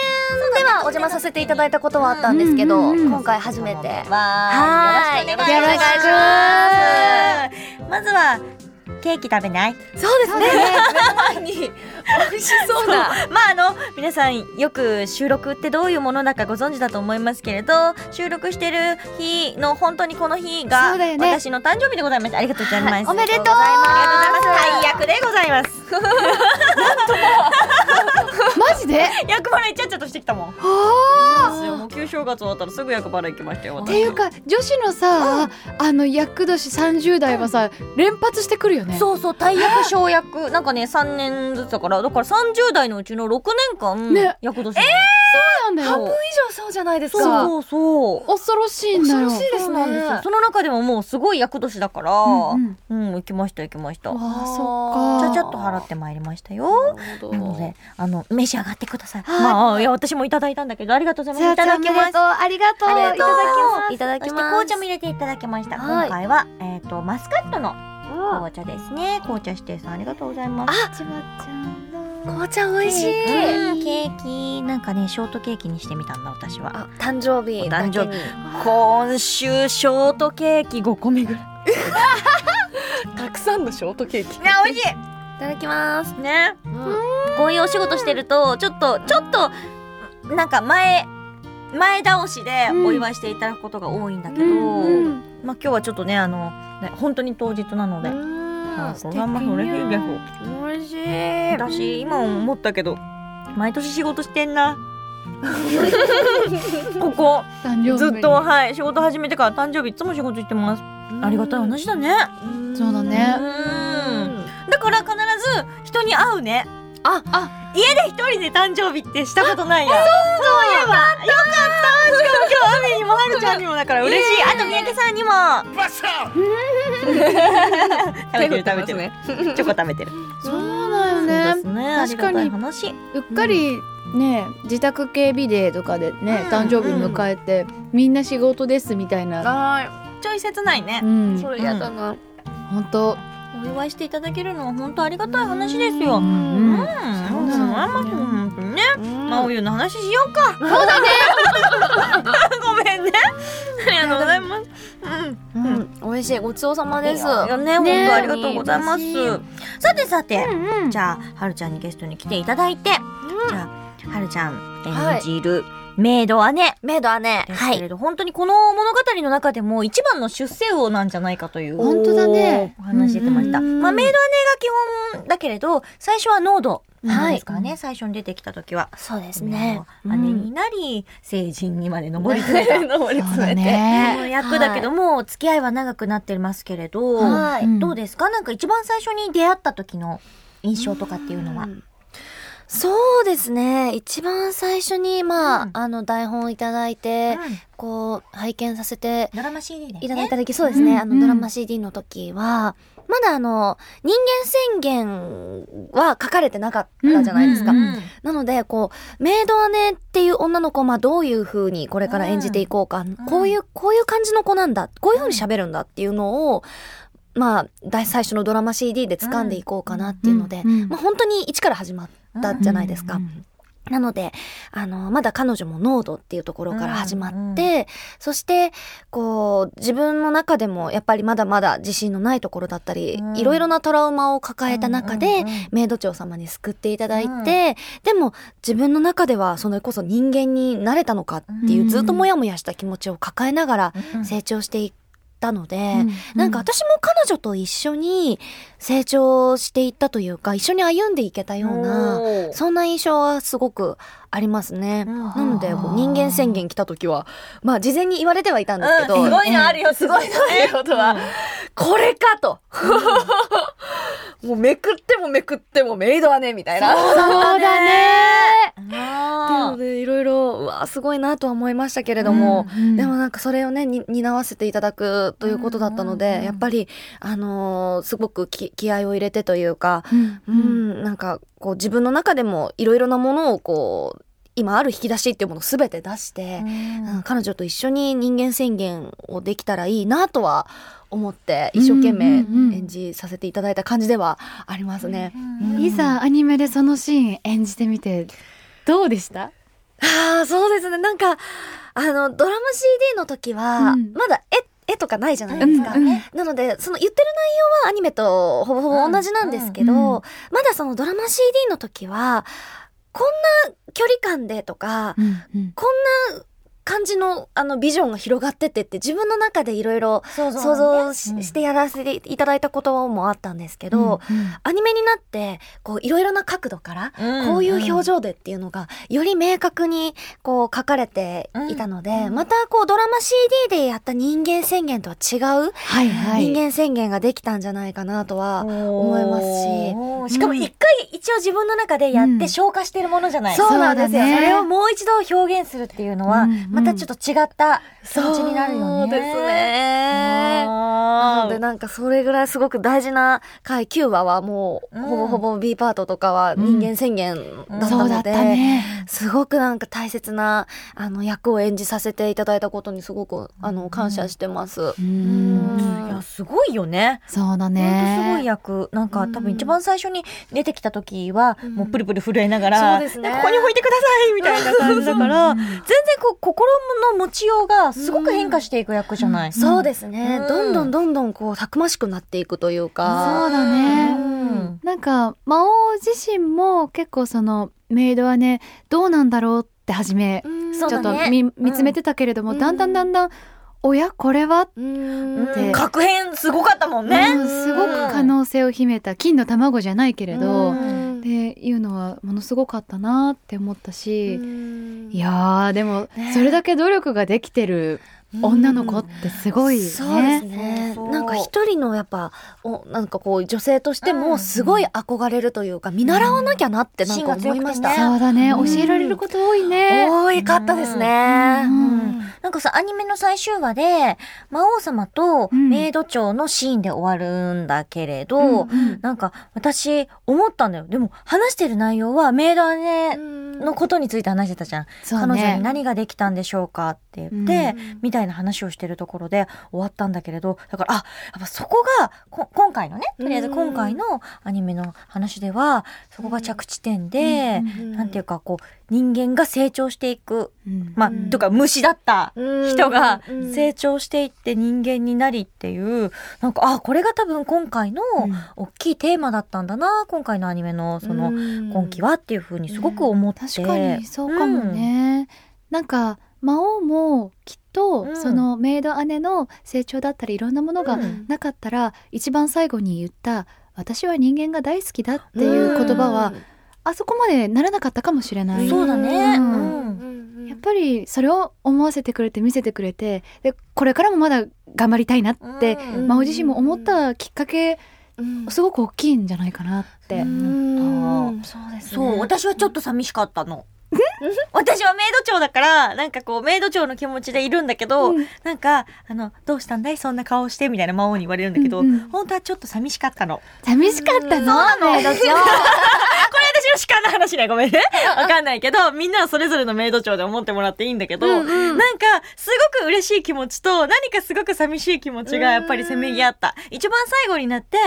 J: ではお邪魔させていただいたことはあったんですけど、
B: うんうんうん
J: 今回初めて
A: は
J: はいい
A: よろしくお願いしますまずはケーキ食べない
J: そうですね目の前に美味しそうな
A: まああの皆さんよく収録ってどういうものだかご存知だと思いますけれど収録してる日の本当にこの日
B: そ
A: が
B: うだよね
A: 私の誕生日でございますありがとうございます、
C: おめでとう
A: ありがとうございます大役でございます
B: マジで
A: 役払いちゃっちゃとしてきたもん
B: は
A: そうですよもう旧正月終わったらすぐ役払い行きましたよ
B: っ
A: 私
B: ていうか女子のさ、あの厄年30代はさ連発してくるよね
A: そうそう大役小役なんかね3年ずつだからだから30代のうちの6年間、
B: ね
A: 役年え
B: うなんだよ
J: 以上そうじゃないです
A: そうそうそう
B: 恐ろしいんだよ
J: 恐ろしいですね
A: なんですよその中でももうすごい役年だからう、
B: うんん
A: 行きました行きました
B: うん、
A: ち
B: わあ
J: あ
B: そ
A: ゃ
B: っか
A: ちゃっと払ってまいりましたよなのであの召し上がってくださいまあいや私もいただいたんだけどありがとうございますいただきます
C: ありがとう
A: ありがとう
C: いただ
A: そし
C: き
A: て
C: ます
A: 紅茶も入れていただきました。
C: はい
A: 今回は、えっ、と、マスカットの紅茶ですね。紅茶指定さん、ありがとうございます。
C: ちばちゃんの
J: 紅茶美味しい
A: うんケーキ、なんかね、ショートケーキにしてみたんだ、私は。
J: あ誕生日だけに
A: お誕今週、ショートケーキ5個目ぐらい。
J: たくさんのショートケーキい
A: ね、美味しい
J: ただきます
A: ね。こういうお仕事してると、ちょっと、ちょっと、なんか前、前倒しでお祝いしていただくことが多いんだけど、まあ今日はちょっとね、あの、ね本当に当日なので、あこれはあんまり俺でいいよ
J: 美味しい
A: 私今思ったけど毎年仕事してん なここ
B: 誕生日
A: ずっとはい仕事始めてから誕生日いつも仕事してますありがたい話だね
B: そうだね
A: うんだから必ず人に会うねああ家で一人で誕生日ってしたことないやそういえばよかったしかも今日雨にもはるちゃんにもだから嬉しいあと三宅さんにも
G: バサッ
A: 食べてる食べてるチョコ食べてる
B: そうだよ
A: そう
B: ね
A: ですね
B: 確かに
A: ありがたい話
B: うっかりね自宅系ビデとかでね、
A: うん
B: 誕生日迎えて、みんな仕事ですみたいな、
J: は
A: ちょい切ないね
B: うん
J: いそれやだな
B: 本当
A: お祝いしていただけるのは本当ありがたい話ですよ。う、
B: うんん、うん、
A: そうなのね。まおゆの話しようか。そうだね。ごめんね。ありがとうございます。
J: うん美味しいごちそうさまです
A: いいよね、本
B: ね
A: 当ありがとうございます
B: 嬉し。
A: さてさて、
B: うん
A: じゃあはるちゃんにゲストに来ていただいて、じゃあはるちゃん
J: はい
A: 演じるメイド姉
J: メイド姉
A: ですけれど、本当にこの物語の中でも一番の出世魚なんじゃないかという。
B: 本当だね
A: お話出てました。
B: うんうんうん
A: まあ、メイド姉が基本だけれど、最初は濃度なんですからね、最初に出てきた時は。
J: そうです
A: 姉になり、成人にまで上り詰めた。上り
B: そう だ
A: こ
B: ね
A: の役だけども、付き合いは長くなってますけれど、
J: は
B: うん
A: どうですかなんか一番最初に出会った時の印象とかっていうのは。
J: うん
K: そうですね。一番最初に、まあ、あの、台本をいただいて、こう、拝見させて
A: ドラマ CD で、ね。
K: いただいた時、そうですね。あ
B: う
K: の、
B: ん
K: ドラマ CD の時は、まだあの、人間宣言は書かれてなかったじゃないですか。
A: うんうん
K: なので、こう、メイド姉っていう女の子、まあ、どういう風にこれから演じていこうか、こういう、こういう感じの子なんだ、こういう風に喋るんだっていうのを、まあ、大最初のドラマ CD で掴んでいこうかなっていうので、
B: うんうん
K: まあ、本当に一から始まったじゃないですか。なので、あの、まだ彼女も濃度っていうところから始まって、そして、こう、自分の中でもやっぱりまだまだ自信のないところだったり、
A: うん
K: いろいろなトラウマを抱えた中で、
A: うんうんうん
K: メイド長様に救っていただいて、でも自分の中ではそれこそ人間になれたのかっていう、
B: うん
K: ずっともやもやした気持ちを抱えながら
A: うん
K: 成長していったので、
B: うん
K: なんか私も彼女と一緒に成長していったというか、一緒に歩んでいけたような、そんな印象はすごくありますね。
A: ん
K: なので、こう人間宣言来た時は、まあ事前に言われてはいたんですけど、
H: すごいのあるよ、すごいのあるよとは。
K: これかと、もうめくってもめくってもメイドはね、みたいな。
B: そうだね
K: なの
A: あ
K: で、いろいろ、うわ、すごいなとは思いましたけれども、でもなんかそれをね、に担わせていただくということだったので、やっぱり、あのーすごくき気合を入れてというか、うん、なんか、こう自分の中でもいろいろなものをこう、今ある引き出しっていうものを全て出して、うん彼女と一緒に人間宣言をできたらいいなとは思って、一生懸命
B: うんうんうん
K: 演じさせていただいた感じではありますね。
B: いざアニメでそのシーン演じてみてどうでした
K: ああ、そうですね。なんか、あの、ドラマ CD の時は、
B: うん
K: まだ絵、絵とかないじゃないですか。
B: うんうん
K: なので、その言ってる内容はアニメとほぼほぼ同じなんですけど、
B: うんうん
K: まだそのドラマ CD の時は、こんな距離感でとか、こんな感じのあのビジョンが広がってってって自分の中でいろいろ
A: 想像,、
K: 想像し,、
A: うん
K: てやらせていただいたこともあったんですけど、アニメになって、こういろいろな角度から、こういう表情でっていうのが、より明確にこう書かれていたので、またこうドラマ CD でやった人間宣言とは違う
B: はいはい
K: 人間宣言ができたんじゃないかなとは思います
A: おーしかも一回一応自分の中でやって消化してるものじゃない、
K: し、そうなん
B: だ
K: で
B: ね
K: すよ。
A: それをもう一度表現するっていうのは、
B: うんうん
A: またちょっと違った気持ちになるよね。
K: そうですね。なのでなんかそれぐらいすごく大事な回9話はもうほぼほぼ B パートとかは人間宣言だった
B: そうだ
K: の
B: っ
K: で、
B: たね
K: すごくなんか大切なあの役を演じさせていただいたことにすごくあの感謝してます。
A: いや、すごいよね。
B: そうだ
A: ほん
B: ね
A: とすごい役。なんか、多分一番最初に出てきた時は、もうプルプル震えながら、
K: そうですね
A: なんかここに置いてくださいみたいな感じだから、全然こう、心の持ちようがすごく変化していく役じゃない、
K: そうですね、
A: うん
K: どんどんどんどんこうたくましくなっていくという
B: そう
K: か。
B: だ
A: う
B: ね
A: ん。
B: なんか魔王自身も結構そのメイドはねどうなんだろうって初め
K: うん
B: ちょっと見,、見つめてたけれども、
K: うん
B: だんだんだんだんおやこれは、
K: うん
B: で
A: 確変すごかったもんね。
B: うんすごく可能性を秘めた金の卵じゃないけれど、
A: う
B: っ
A: ん
B: ていうのはものすごかったなって思ったし、
K: うん
B: いやーでもそれだけ努力ができてる女の子ってすごいよね。
K: そうですね。
A: そうそう
K: なんか一人のやっぱ、おなんかこう女性としてもすごい憧れるというか、見習わなきゃなってなんか思いました。
A: うん
B: そうだね、
A: うん
B: 教えられること多いね。
K: 多いかったですね。
B: うん
K: うん
A: なんかさ、アニメの最終話で、魔王様と
B: うん
A: メイド長のシーンで終わるんだけれど、
B: うん
A: なんか私思ったんだよ。でも話してる内容はメイド姉のことについて話してたじゃん。
B: そう
A: 彼女に
B: ね。
A: 何ができたんでしょうかって言って、みたいな話をしてるところで終わったんだけれど、だから、あ、やっぱそこが、こ今回のね、とりあえず今回のアニメの話では、そこが着地点で、なんていうかこう、人間が成長していく。
B: うん
A: まあ、
K: うん
A: とか虫だった人が成
K: 長
A: 長していって人間になりっていう、なんか、あ、これが多分今回の大きいテーマだったんだな、今回のアニメのその、今期
K: は、
A: はっていうふうにすごく思って。
B: 確かにそうかもね、なんか魔王もきっと、
A: うん
B: そのメイド姉の成長だったりいろんなものが
A: うん
B: なかったら、一番最後に言った「私は人間が大好きだ」っていう言葉は、あそこまでならなかったかもしれない。
A: そうだね。
B: うん
A: うん
B: やっぱりそれを思わせてくれて見せてくれてでこれからもまだ頑張りたいなって、
A: うん
B: 魔王自身も思ったきっかけすごく大きいんじゃないかなって思っ
K: んそうです
A: そう、私はちょっと寂しかったの。私はメイド長だから、なんかこう、メイド長の気持ちでいるんだけど、なんか、あの、どうしたんだいそんな顔してみたいな魔王に言われるんだけど、
B: うんうん
A: 本当はちょっと寂しかったの。
B: た寂しかったのメイド長
A: これ私の主観の話ね。ごめんね。わかんないけど、みんなはそれぞれのメイド長で思ってもらっていいんだけど、なんか、すごく嬉しい気持ちと、何かすごく寂しい気持ちがやっぱりせめぎ合った。一番最後になって、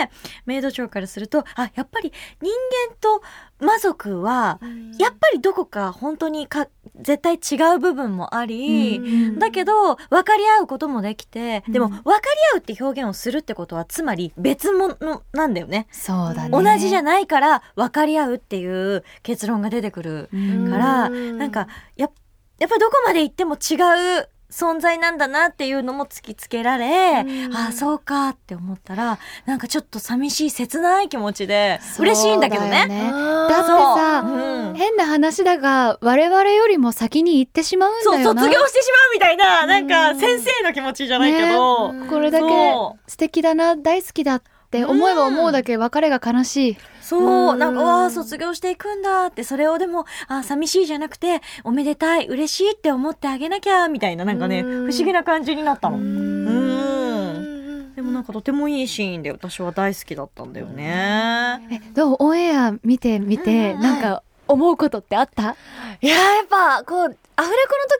A: メイド長からすると、あ、やっぱり人間と魔族は、やっぱりどこか本当にか、絶対違う部分もあり、だけど、分かり合うこともできて、でも、分かり合うって表現をするってことは、つまり別物なんだよね。
B: そうだね
A: 同じじゃないから分かり合うっていう結論が出てくるから、なんかやっやっぱどこまで行っても違う存在なんだなっていうのも突きつけられ、ああそうかって思ったらなんかちょっと寂しい切ない気持ちで嬉しいんだけどね。
B: そうだよだってさ、
A: うん
B: 変な話だが我々よりも先に行ってしまうん
A: そう
B: だよな
A: 卒業してしまうみたいななんか先生の気持ちじゃないけど、
B: これだけ
A: そ
B: 素敵だな大好きだって思えば思うだけ別れが悲しい、
A: そう、なんか、わあ、卒業していくんだって、それをでも、あー寂しいじゃなくて、おめでたい、嬉しいって思ってあげなきゃ、みたいな、なんかね、不思議な感じになったの。うーん。でもなんかとてもいいシーンで、私は大好きだったんだよね。
B: えどうオンエア見てみて、なんか思うことってあった
K: いやーやっぱこうアフレコの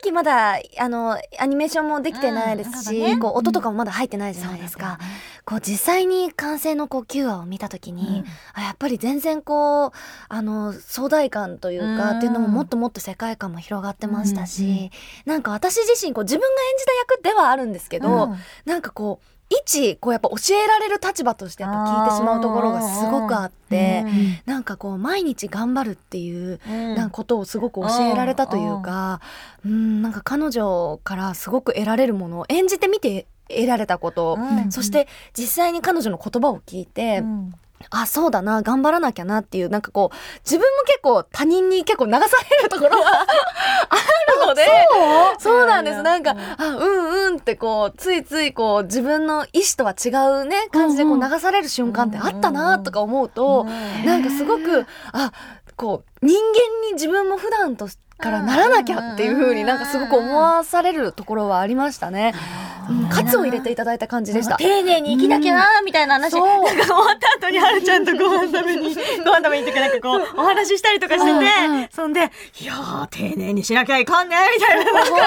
K: 時まだあのアニメーションもできてないですし、こう音とかもまだ入ってないじゃないですか、こう実際に完成のこう9話を見た時に、あやっぱり全然こうあの壮大感というか、
A: うん
K: っていうのももっともっと世界観も広がってましたし、なんか私自身こう自分が演じた役ではあるんですけど、なんかこう一こうやっぱ教えられる立場としてやっぱ聞いてしまうところがすごくあって、なんかこう毎日頑張るっていう
A: うん
K: なんかことをすごく教えられたというか、うん、なんか彼女からすごく得られるものを演じてみて得られたこと、
A: うん
K: そして実際に彼女の言葉を聞いて、
A: うん
K: あ、そうだな、頑張らなきゃなっていう、なんかこう、自分も結構他人に結構流されるところ はあるので、そうなんです。なんか、あ、うんうんってこう、ついついこう、自分の意思とは違うね、感じでこう流される瞬間ってあったなとか思うと、なんかすごく、あ、こう、人間に自分も普段とからならなきゃっていう風になんかすごく思わされるところはありましたね。うんカツを入れていただいた感じでした。
A: 丁寧に生きなきゃな、みたいな話。
K: そう
A: なんか終わった後に、はるちゃんとご飯食べに、ご飯食べに行って、なんかこう、お話ししたりとかして
B: うんう
A: て、そんで、いやー、丁寧にしなきゃいかんね、みたいな。なんかね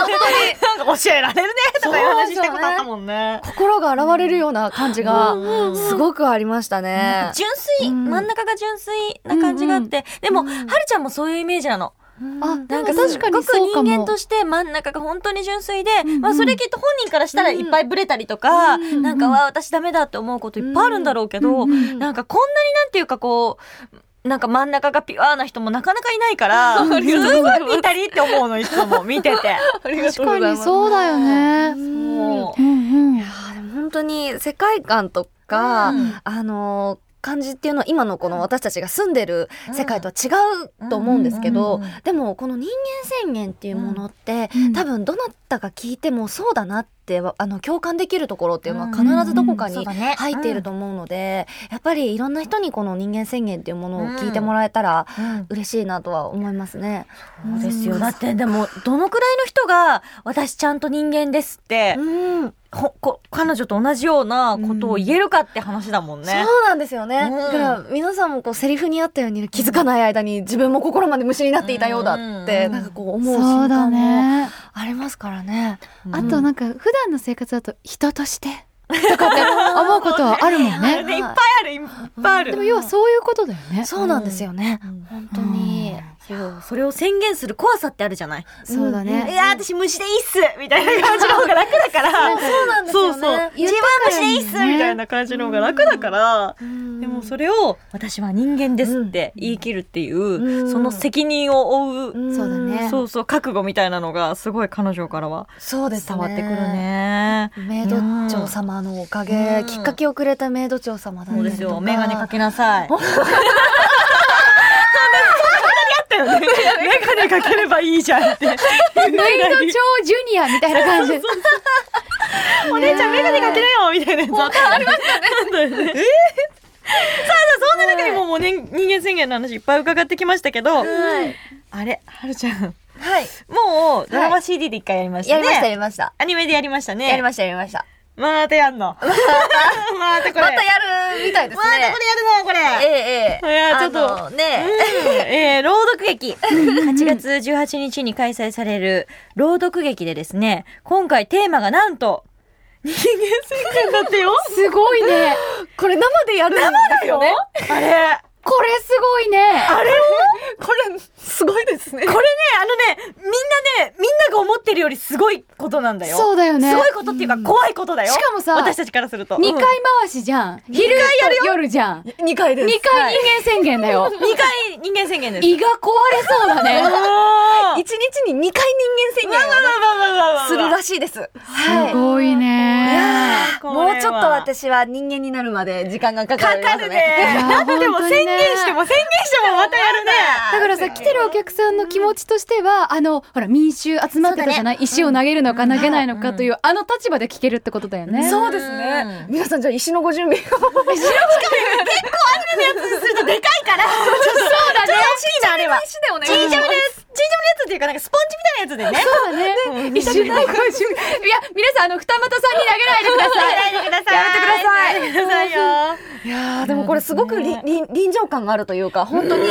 A: なんか教えられるね、とかいう話したことあったもんね。
K: 心が現れるような感じがすごくありましたね。
A: 純粋、真ん中が純粋な感じがあって、でも、はるちゃんもそういうイメージなの。
B: あ
A: な
B: なんん
A: か
B: か
A: す
B: 確
A: ご
B: か
A: く
B: にそうか
A: 人
B: も
A: 間として真ん中が本当に純粋で、まあそれきっと本人からしたらいっぱいブレたりとか、なんかわあ私ダメだって思うこといっぱいあるんだろうけど、なんかこんなになんていうかこう、なんか真ん中がピュアな人もなかなかいないから、すごいぴったりって思うのいつも見てて。
B: 確かにそうだよね、
A: もう
B: う
A: ん
B: うん、
K: あでも本当に世界観とか、
A: うん
K: あの感じっていうのは今のこの私たちが住んでる世界とは違うと思うんですけど、
A: うんうんうんうん
K: でもこの人間宣言っていうものって、
B: うん
K: 多分どなたが聞いてもそうだなってあの共感できるところっていうのは必ずどこか
A: うんうんうんそう
K: に
A: だね
K: 入っていると思うので、やっぱりいろんな人にこの人間宣言っていうものを聞いてもらえたら
A: うん
K: 嬉しいなとは思いますね。
A: そうですよ。だってでも、どのくらいの人が、私ちゃんと人間ですって、
K: うん
A: ほこ彼女と同じようなことを言えるかって話だもんね。
K: そうなんですよね。
A: うん
K: だから皆さんもこうセリフにあったように気づかない間に自分も心まで虫になっていたようだって
A: うん
K: なんかこう思う
B: そう
K: 瞬
B: だ
K: 間も
B: ね
K: ありますからね。
B: あとなんか普段の生活だと人としてとかって思うことはあるもんね。
A: ねいっぱいある、いっぱいある。
B: でも要はそういうことだよね。
K: そうなんですよね。本当に。
A: そうそれを宣言する怖さってあるじゃない。
B: そうだ
A: い
B: ね。
A: やー、私虫でいいっすみたいな感じの方が楽だから。そうなんですよ、ね。そうそう。自分は虫でいいっすみたいな感じの方が楽だから。でもそれを、私は人間ですって言い切るっていう、その責任を負う。
B: そうだね。
A: そうそう、覚悟みたいなのが、すごい彼女からは
K: そうですね。
A: 伝わってくる。ね。
K: メイド長様のおか
A: う
K: げ、
A: ん
K: きっかけをくれたメイド長様だった
A: そう
K: り
A: で
K: とか。
A: すよ。メガネかけなさい。 そんなそんなにあったよね。 メガネかければいいじゃん って。
B: メイド超ジュニアみたいな感じ。
A: お姉ちゃんメガネかけなよみたいなやつ。ありましたね。えそんな中にももう、ね、人間宣言の話いっぱい伺ってきましたけど、あれ、はるちゃん。
K: はい。
A: もう、ドラマ CD で一回やりました
K: や
A: ね。
K: りました、やりました。
A: アニメでやりましたね。
K: やりました、やりました。
A: またやん の。またこれ。
K: またやるみたいです
A: またこれや
K: ね
A: る。のこれ。
K: ええええ。
A: いやちょっと
K: あのね
A: うんえー朗読劇。8月18日に開催される朗読劇でですね、今回テーマがなんと、人間宣言だってよ。
B: すごいね。
K: これ生でやるんですよね。
A: あれ。
B: これすごいね。
K: これ、すごいですね
A: こ。れね、あのね、みんなね、みんなが思ってるよりすごいことなんだよ。
B: そうだよね
A: すごいことっていうか、怖いことだよ。
B: しかもさ
A: 私たちからすると。
B: 二
A: うん
B: 回回しじゃん。昼と夜じゃん。二
K: 2回で
B: 回人間宣言だよ。
A: 二回人間宣言です。
B: 胃が壊れそうだ
A: お
B: ね。
A: ー
K: 一日に2回人間
A: わ
K: 宣
A: わ
K: 言を
A: わわわわわ
K: するらしいです。はい。
B: すごいね。
A: これ
K: も
A: は
K: うちょっと私は人間になるまで時間がかか
A: か
K: り
A: か
K: ます
A: る
K: ね。
A: ね。
B: いや
A: なんでも
B: 本当に
A: 宣言
B: ね
A: しても宣言してもまたやるね。
B: だからさ、来てるお客さんの気持ちとしては、あの、ほら、民衆集まってたじゃない、石を投げるのか投げないのかという、あの立場で聞けるってことだよね。
K: そうですね。皆さんじゃあ石のご準備を。
A: そうだね。大きいなあれは。
K: 石でお願い
A: ちいちゃめのやつ、ちいちゃめのやつっていうかなんかスポンジみたいなやつでね。
B: そうだね。一 緒にないご準備。いや、皆さん、あの、二股さんに投げないでくださ
A: や
B: い。
A: めてください。やめてください。よ。
K: いやーでもこれすごくりり臨場感があるというか本当に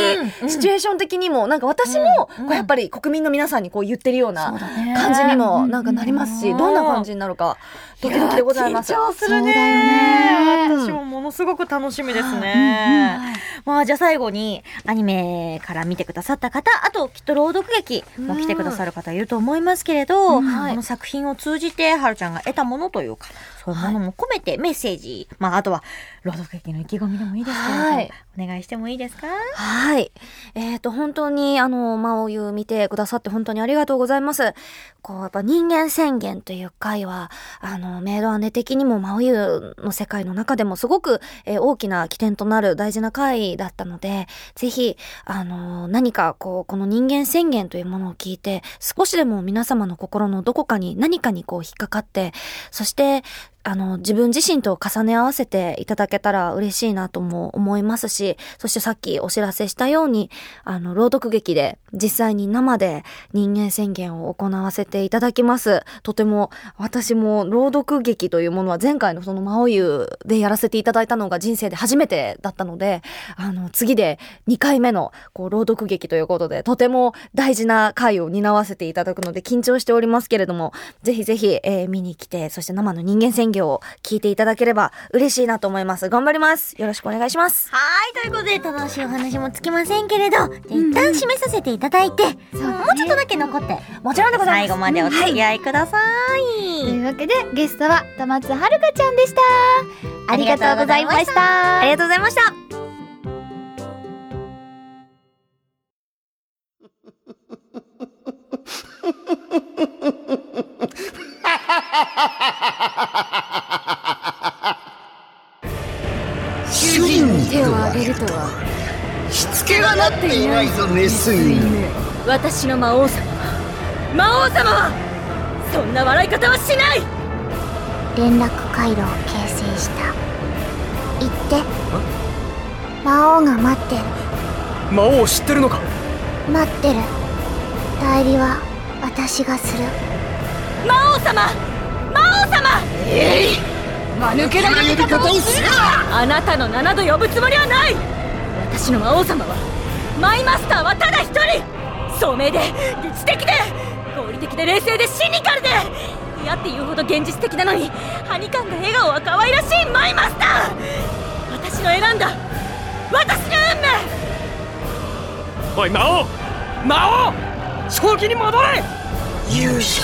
K: シチュエーション的にもなんか私もこうやっぱり国民の皆さんにこう言ってるような感じにもなんかなりますしどんな感じになるかドキドキでございま
A: す
K: す。
A: るね
B: そうだよね
A: 私もものすごく楽しみですね。まあじゃあ最後にアニメから見てくださった方、あときっと朗読劇も来てくださる方いると思いますけれど、この作品を通じてはるちゃんが得たものというか、そういうものも込めてメッセージ、まああとは朗読劇の意気込みでもいいですけ
K: は
A: れ
K: い
A: ど、お願いしてもいいですか
K: はい。えっ、と、本当に、あの、魔王湯見てくださって本当にありがとうございます。こう、やっぱ人間宣言という回は、あの、メイド姉的にも魔王湯の世界の中でもすごく、えー大きな起点となる大事な回だったので、ぜひ、あの、何か、こう、この人間宣言というものを聞いて、少しでも皆様の心のどこかに何かにこう引っかかって、そして、あの、自分自身と重ね合わせていただけたら嬉しいなとも思いますし、そしてさっきお知らせしたように、あの、朗読劇で実際に生で人間宣言を行わせていただきます。とても、私も朗読劇というものは前回のその魔王湯でやらせていただいたのが人生で初めてだったので、あの、次で2回目のこう朗読劇ということで、とても大事な回を担わせていただくので緊張しておりますけれども、ぜひぜひ、えー見に来て、そして生の人間宣言を聞いていただければ嬉しいなと思います。頑張ります。よろしくお願いします。
L: はい、ということで楽しいお話もつきませんけれど、じゃあ一旦締めさせていただいて、もうちょっとだけ残って、
K: もちろんでござ
A: 最
K: います。
A: 後までお付き合いくださ
M: と
A: い。
M: いうわけでゲストは戸松はるかちゃんでしたありがとうございました
L: ありがとうございました。
N: 主人に手を挙げるとはしつけがなっていないぞメス犬
L: 私の魔王様は魔王様はそんな笑い方はしない
C: 連絡回路を形成した行って魔王が待ってる
E: 魔王を知ってるのか
C: 待ってる代理は私がする
L: 魔王様魔王様
N: 呼び方をするな
L: あなたの七度呼ぶつもりはない私の魔王様はマイマスターはただ一人聡明で理知的で合理的で冷静でシニカルで嫌って言うほど現実的なのにはにかんだ笑顔は可愛らしいマイマスター私の選んだ私の運命
E: おい魔王魔王正気に戻れ
N: 勇者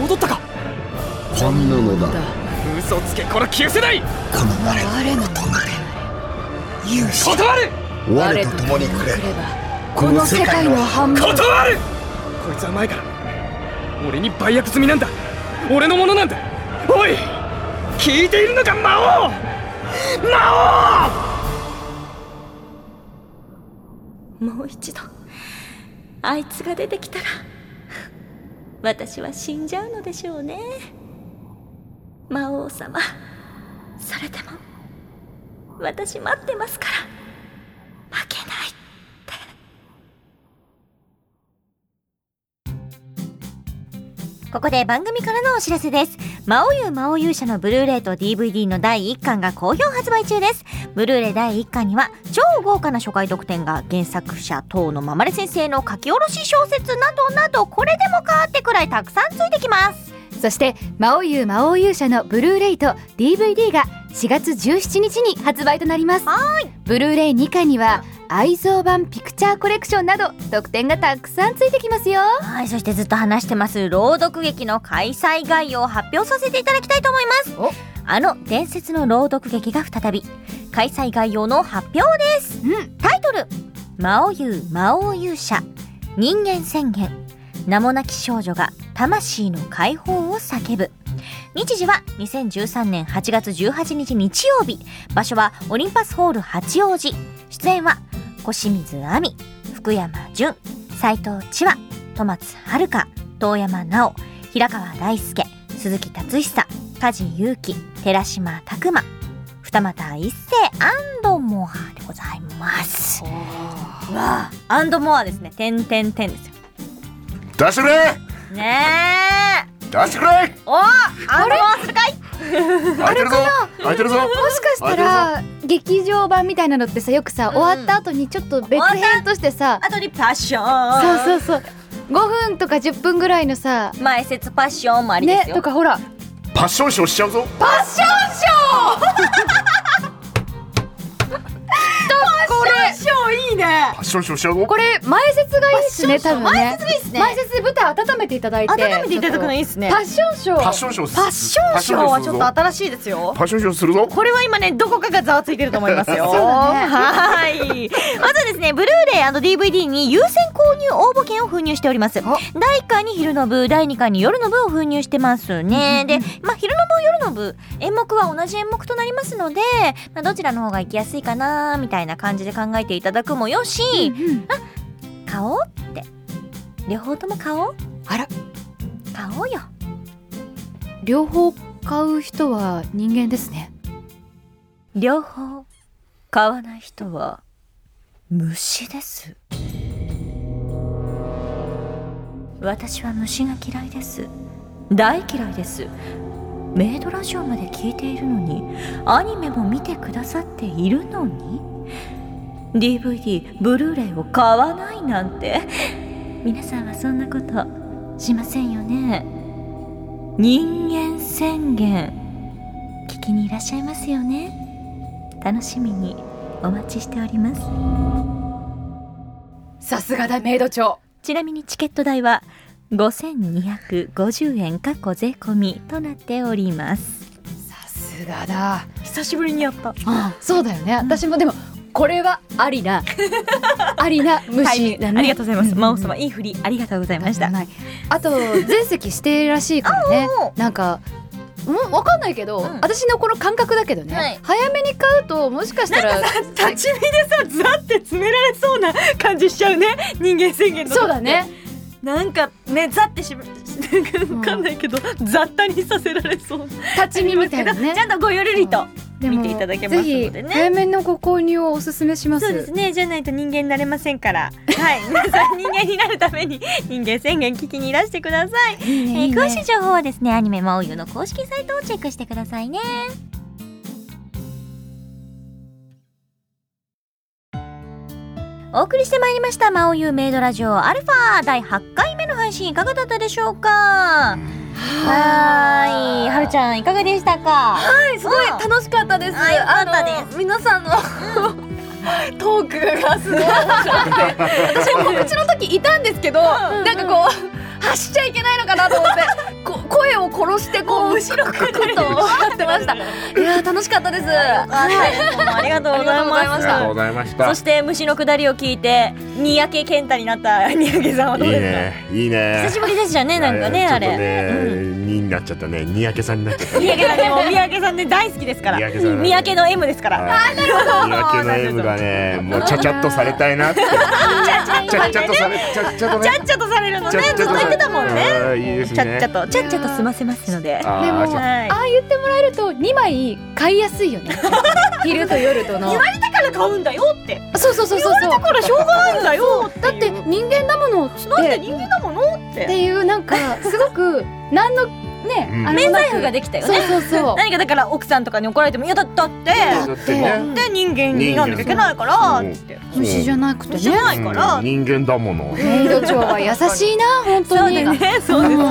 E: 戻ったか
N: こんなのだ
E: 嘘つけこれ消せない
N: この我のとなれ勇者
E: 断る
N: 我と共にくれこの世界の半分
E: 断るこいつは前から俺に売約済みなんだ俺のものなんだおい聞いているのか魔王魔王
L: もう一度あいつが出てきたら私は死んじゃうのでしょうね魔王様それでも
O: 私待ってますから負けない
A: ここで番組からのお知らせです。魔王優魔王勇者のブルーレイと DVD の第1巻が好評発売中です。ブルーレイ第1巻には超豪華な初回特典が原作者等のままれ先生の書き下ろし小説などなどこれでもかーってくらいたくさんついてきます。
C: そして「魔王優魔王勇者」のブルーレイと DVD が4月17日に発売となりますブルーレイ2巻には愛蔵版ピクチャーコレクションなど特典がたくさんついてきますよ
A: はい、そしてずっと話してます朗読劇の開催概要を発表させていただきたいと思いま
C: お
A: す。あの伝説の朗読劇が再び開催概要の発表です。タイトル「魔王優魔王勇者人間宣言名もなき少女が魂の解放を叫ぶ」日時は2013年8月18日日曜日場所はオリンパスホール八王子出演は小清水亜美福山潤斎藤千和戸松遥香遠山奈央平川大輔鈴木達久梶裕貴寺島拓磨二俣一世アンドモアでございますわあアンドモアですね点点点ですよ
G: 出してくれ
A: ね
G: 出してくれ
A: えおアンドモアするかい
G: 空いてるぞ空いてるぞ
B: もしかしたら劇場版みたいなのってさよくさ、
A: ん
B: 終わった後にちょっと別編としてさ
A: あとにパッション
B: そうそうそう5分とか10分ぐらいのさ
A: 前説パッションもありで
B: ね
A: すよ、
B: とかほら
G: パッションショーしちゃうぞ
B: パッションショーこれ
G: パッションショーしちゃうぞ
B: これ前説がいいですね多分ね前説
A: ね
B: 前説で舞台温めていただいて
P: 温めていただくのいい
B: い
P: ですね
B: パッションショー
G: パッションショー
P: パッションショーはちょっと新しいですよ
G: パッションショーするぞ
P: これは今ねどこかがざわついてると思いますよ
B: そうだね
P: はい
A: まずはですね、ブルーレイ &DVD に優先購入応募券を封入しております。第1回に昼の部、第2回に夜の部を封入してますね。で、まあ、昼の部、夜の部、演目は同じ演目となりますので、まあ、どちらの方が行きやすいかな、みたいな感じで考えていただくもよし、あ、買おうって。両方とも買おう。
B: あら、
A: 買おうよ。
B: 両方買う人は人間ですね
A: 両方買わない人は虫です私は虫が嫌いです大嫌いですメイドラジオまで聞いているのにアニメも見てくださっているのに DVD ブルーレイを買わないなんて皆さんはそんなことしませんよね人間宣言聞きにいらっしゃいますよね楽しみにお待ちしております
B: さすがだメイド長
A: ちなみにチケット代は5250円か小税込みとなっております
B: さすがだ
P: 久しぶりにやった
B: そうだよね私もでもこれはあ りなありな
P: タイミ
B: 虫
P: ング
B: だ
P: あ
B: ね
P: りがとうございます魔王様いい振りありがとうございました
B: ないあと全席指定らしいか らね
A: おうおう
B: なんかうん、わかんないけど、
A: ん
B: 私のこの感覚だけどね、
A: はい
B: 早めに買うともしかしたら
P: 立ち見でさずわって詰められそうな感じしちゃうね人間宣言の時
B: そうだね
P: なんかねざってし まわかんないけど、雑多にさせられそう
B: 立ち見みたいな ね
P: ちゃんとごゆるりと、
B: でも
P: 見ていただけますのでね
B: ぜひ早めのご購入をおすすめします
P: そうですねじゃないと人間になれませんから はい皆さん人間になるために人間宣言聞きにいらしてください
B: いいねいい
A: えー
B: ね
A: 詳しい情報はですねアニメ「まおゆ」の公式サイトをチェックしてくださいねお送りしてまいりました「まおゆメイドラジオアルファ第8回目の配信いかがだったでしょうかはーいはるちゃんいかがでしたかはいすごい
K: 楽しかったです
A: あよかったです
K: あの皆さんのトークがすごい面白くて私も告知の時いたんですけど、なんかこう走っちゃいけないのかなと思ってこ声を殺してこう後ろくると思ってましたいやー楽しかったです
A: はい、どうもありがとうございま
K: あ
A: す
K: りがとう
G: ありがとうご
K: ございました
G: ざいまし
A: そ
G: た
A: して虫のくだりを聞いて三宅健太になった三宅さんはど
G: いうい
A: ですか、
G: ねいいね
A: 久しぶりでしたねなんかねあ
G: ちょっ
A: れ
G: とねになっちゃったねにやけさんになっちゃった
P: 三宅さんねもう三宅さんね大好きですから
G: 三宅さん
P: 三宅の M ですから
G: あー三宅の M がねもうちゃちゃっとされたいなってちゃっちゃっとされちゃっちゃっとね
P: ちゃっちゃとされるのね
G: ちゃ
P: ず
G: っ
P: っ
G: ちゃ
P: と
G: と
P: 言ってたもんね
G: あーいいです
P: ちゃっちゃ
G: ね
P: とちゃっちゃと済ませますので
G: あーそう
P: はい
B: ああ言ってもらえるとと2枚買いやすいよね 昼と夜との
A: だから買うんだよって
B: そうそうそうそうそう
A: だからしょうがないんだよ
B: だって人間だものって
A: なんで人間だものっ
B: ってていうなんかすご く何のね
G: うん
B: あの
G: 免
A: 罪符ができたよね
B: そうそうそう
A: 何かだから奥さんとかに怒られても「いやだだって」
G: だってね
A: で人間になんなきゃいけないから
G: 人間
A: って
B: 虫じゃなくて
A: じゃ
B: ね
A: ないから、
G: うん人間だもの
B: メイド長は優しいな 本
A: そ
B: 当
A: うで
B: に
A: ねそうですね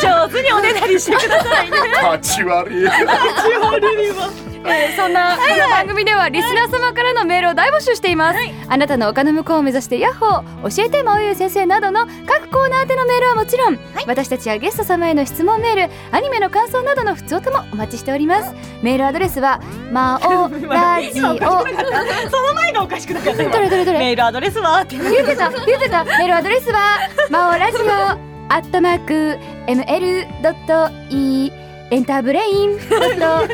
A: 上手におねだりしてくだ さいね
G: 立ち悪い
B: そんな、この番組ではリスナー様からのメールを大募集しています、あなたの丘の向こうを目指してヤッホー教えてまおゆう先生などの各コーナー宛てのメールはもちろん、私たちやゲスト様への質問メールアニメの感想などの普通ともお待ちしておりますメールアドレス はまおラジオ
A: その前がおかしくなかった
B: ど
A: 今
B: れどれどれ
A: メールアドレスはって
B: 言ってた言ってたメールアドレスはまおラジオアットマーク ml.e エンターブレイ
A: 言
B: ン
A: い込めちゃっ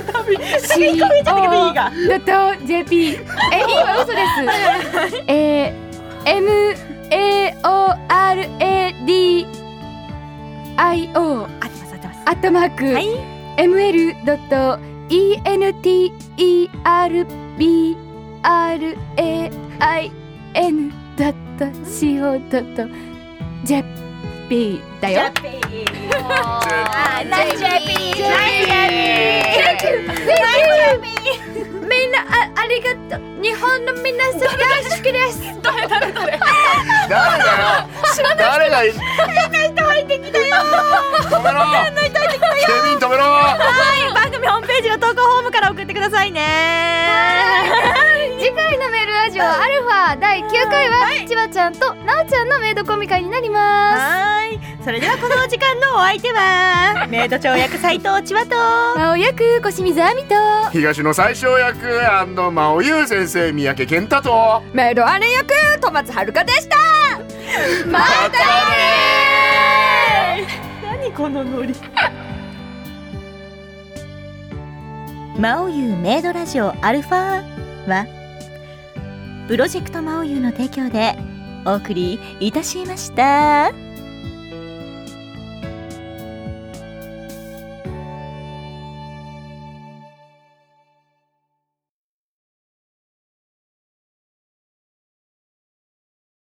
A: たけどいいが
B: ドット JP え今嘘ですえー、M A O R A D I
A: 合
B: O
A: ってます合ってます
B: アットマーク、
A: はい
B: M L ドット E N T E R B R A I N ドット C O ドット JP だよ。
Q: ナイスジャピー
B: みんなあありがとう日本の皆さん大好きです。
G: 誰だよ誰がい知らない人入ってきたよ止めろ知らない人入ってきたよケビン止めろ
A: 番組ホームページの投稿フォームから送ってくださいね
B: 次回のメールラジオアルファ第9回は千葉ちゃんとなおちゃんのメイドコミ会になります
A: はーいそれではこのお時間のお相手 はメイド長役斉藤千葉と
B: まお役小清水亜美と
G: 東の最小役真央優先生三宅健太と
R: メイド姉役戸松遥でした
G: また
A: 何このノリ
S: マオユーメイドラジオアルファはプロジェクトマオユーの提供でお送りいたしました。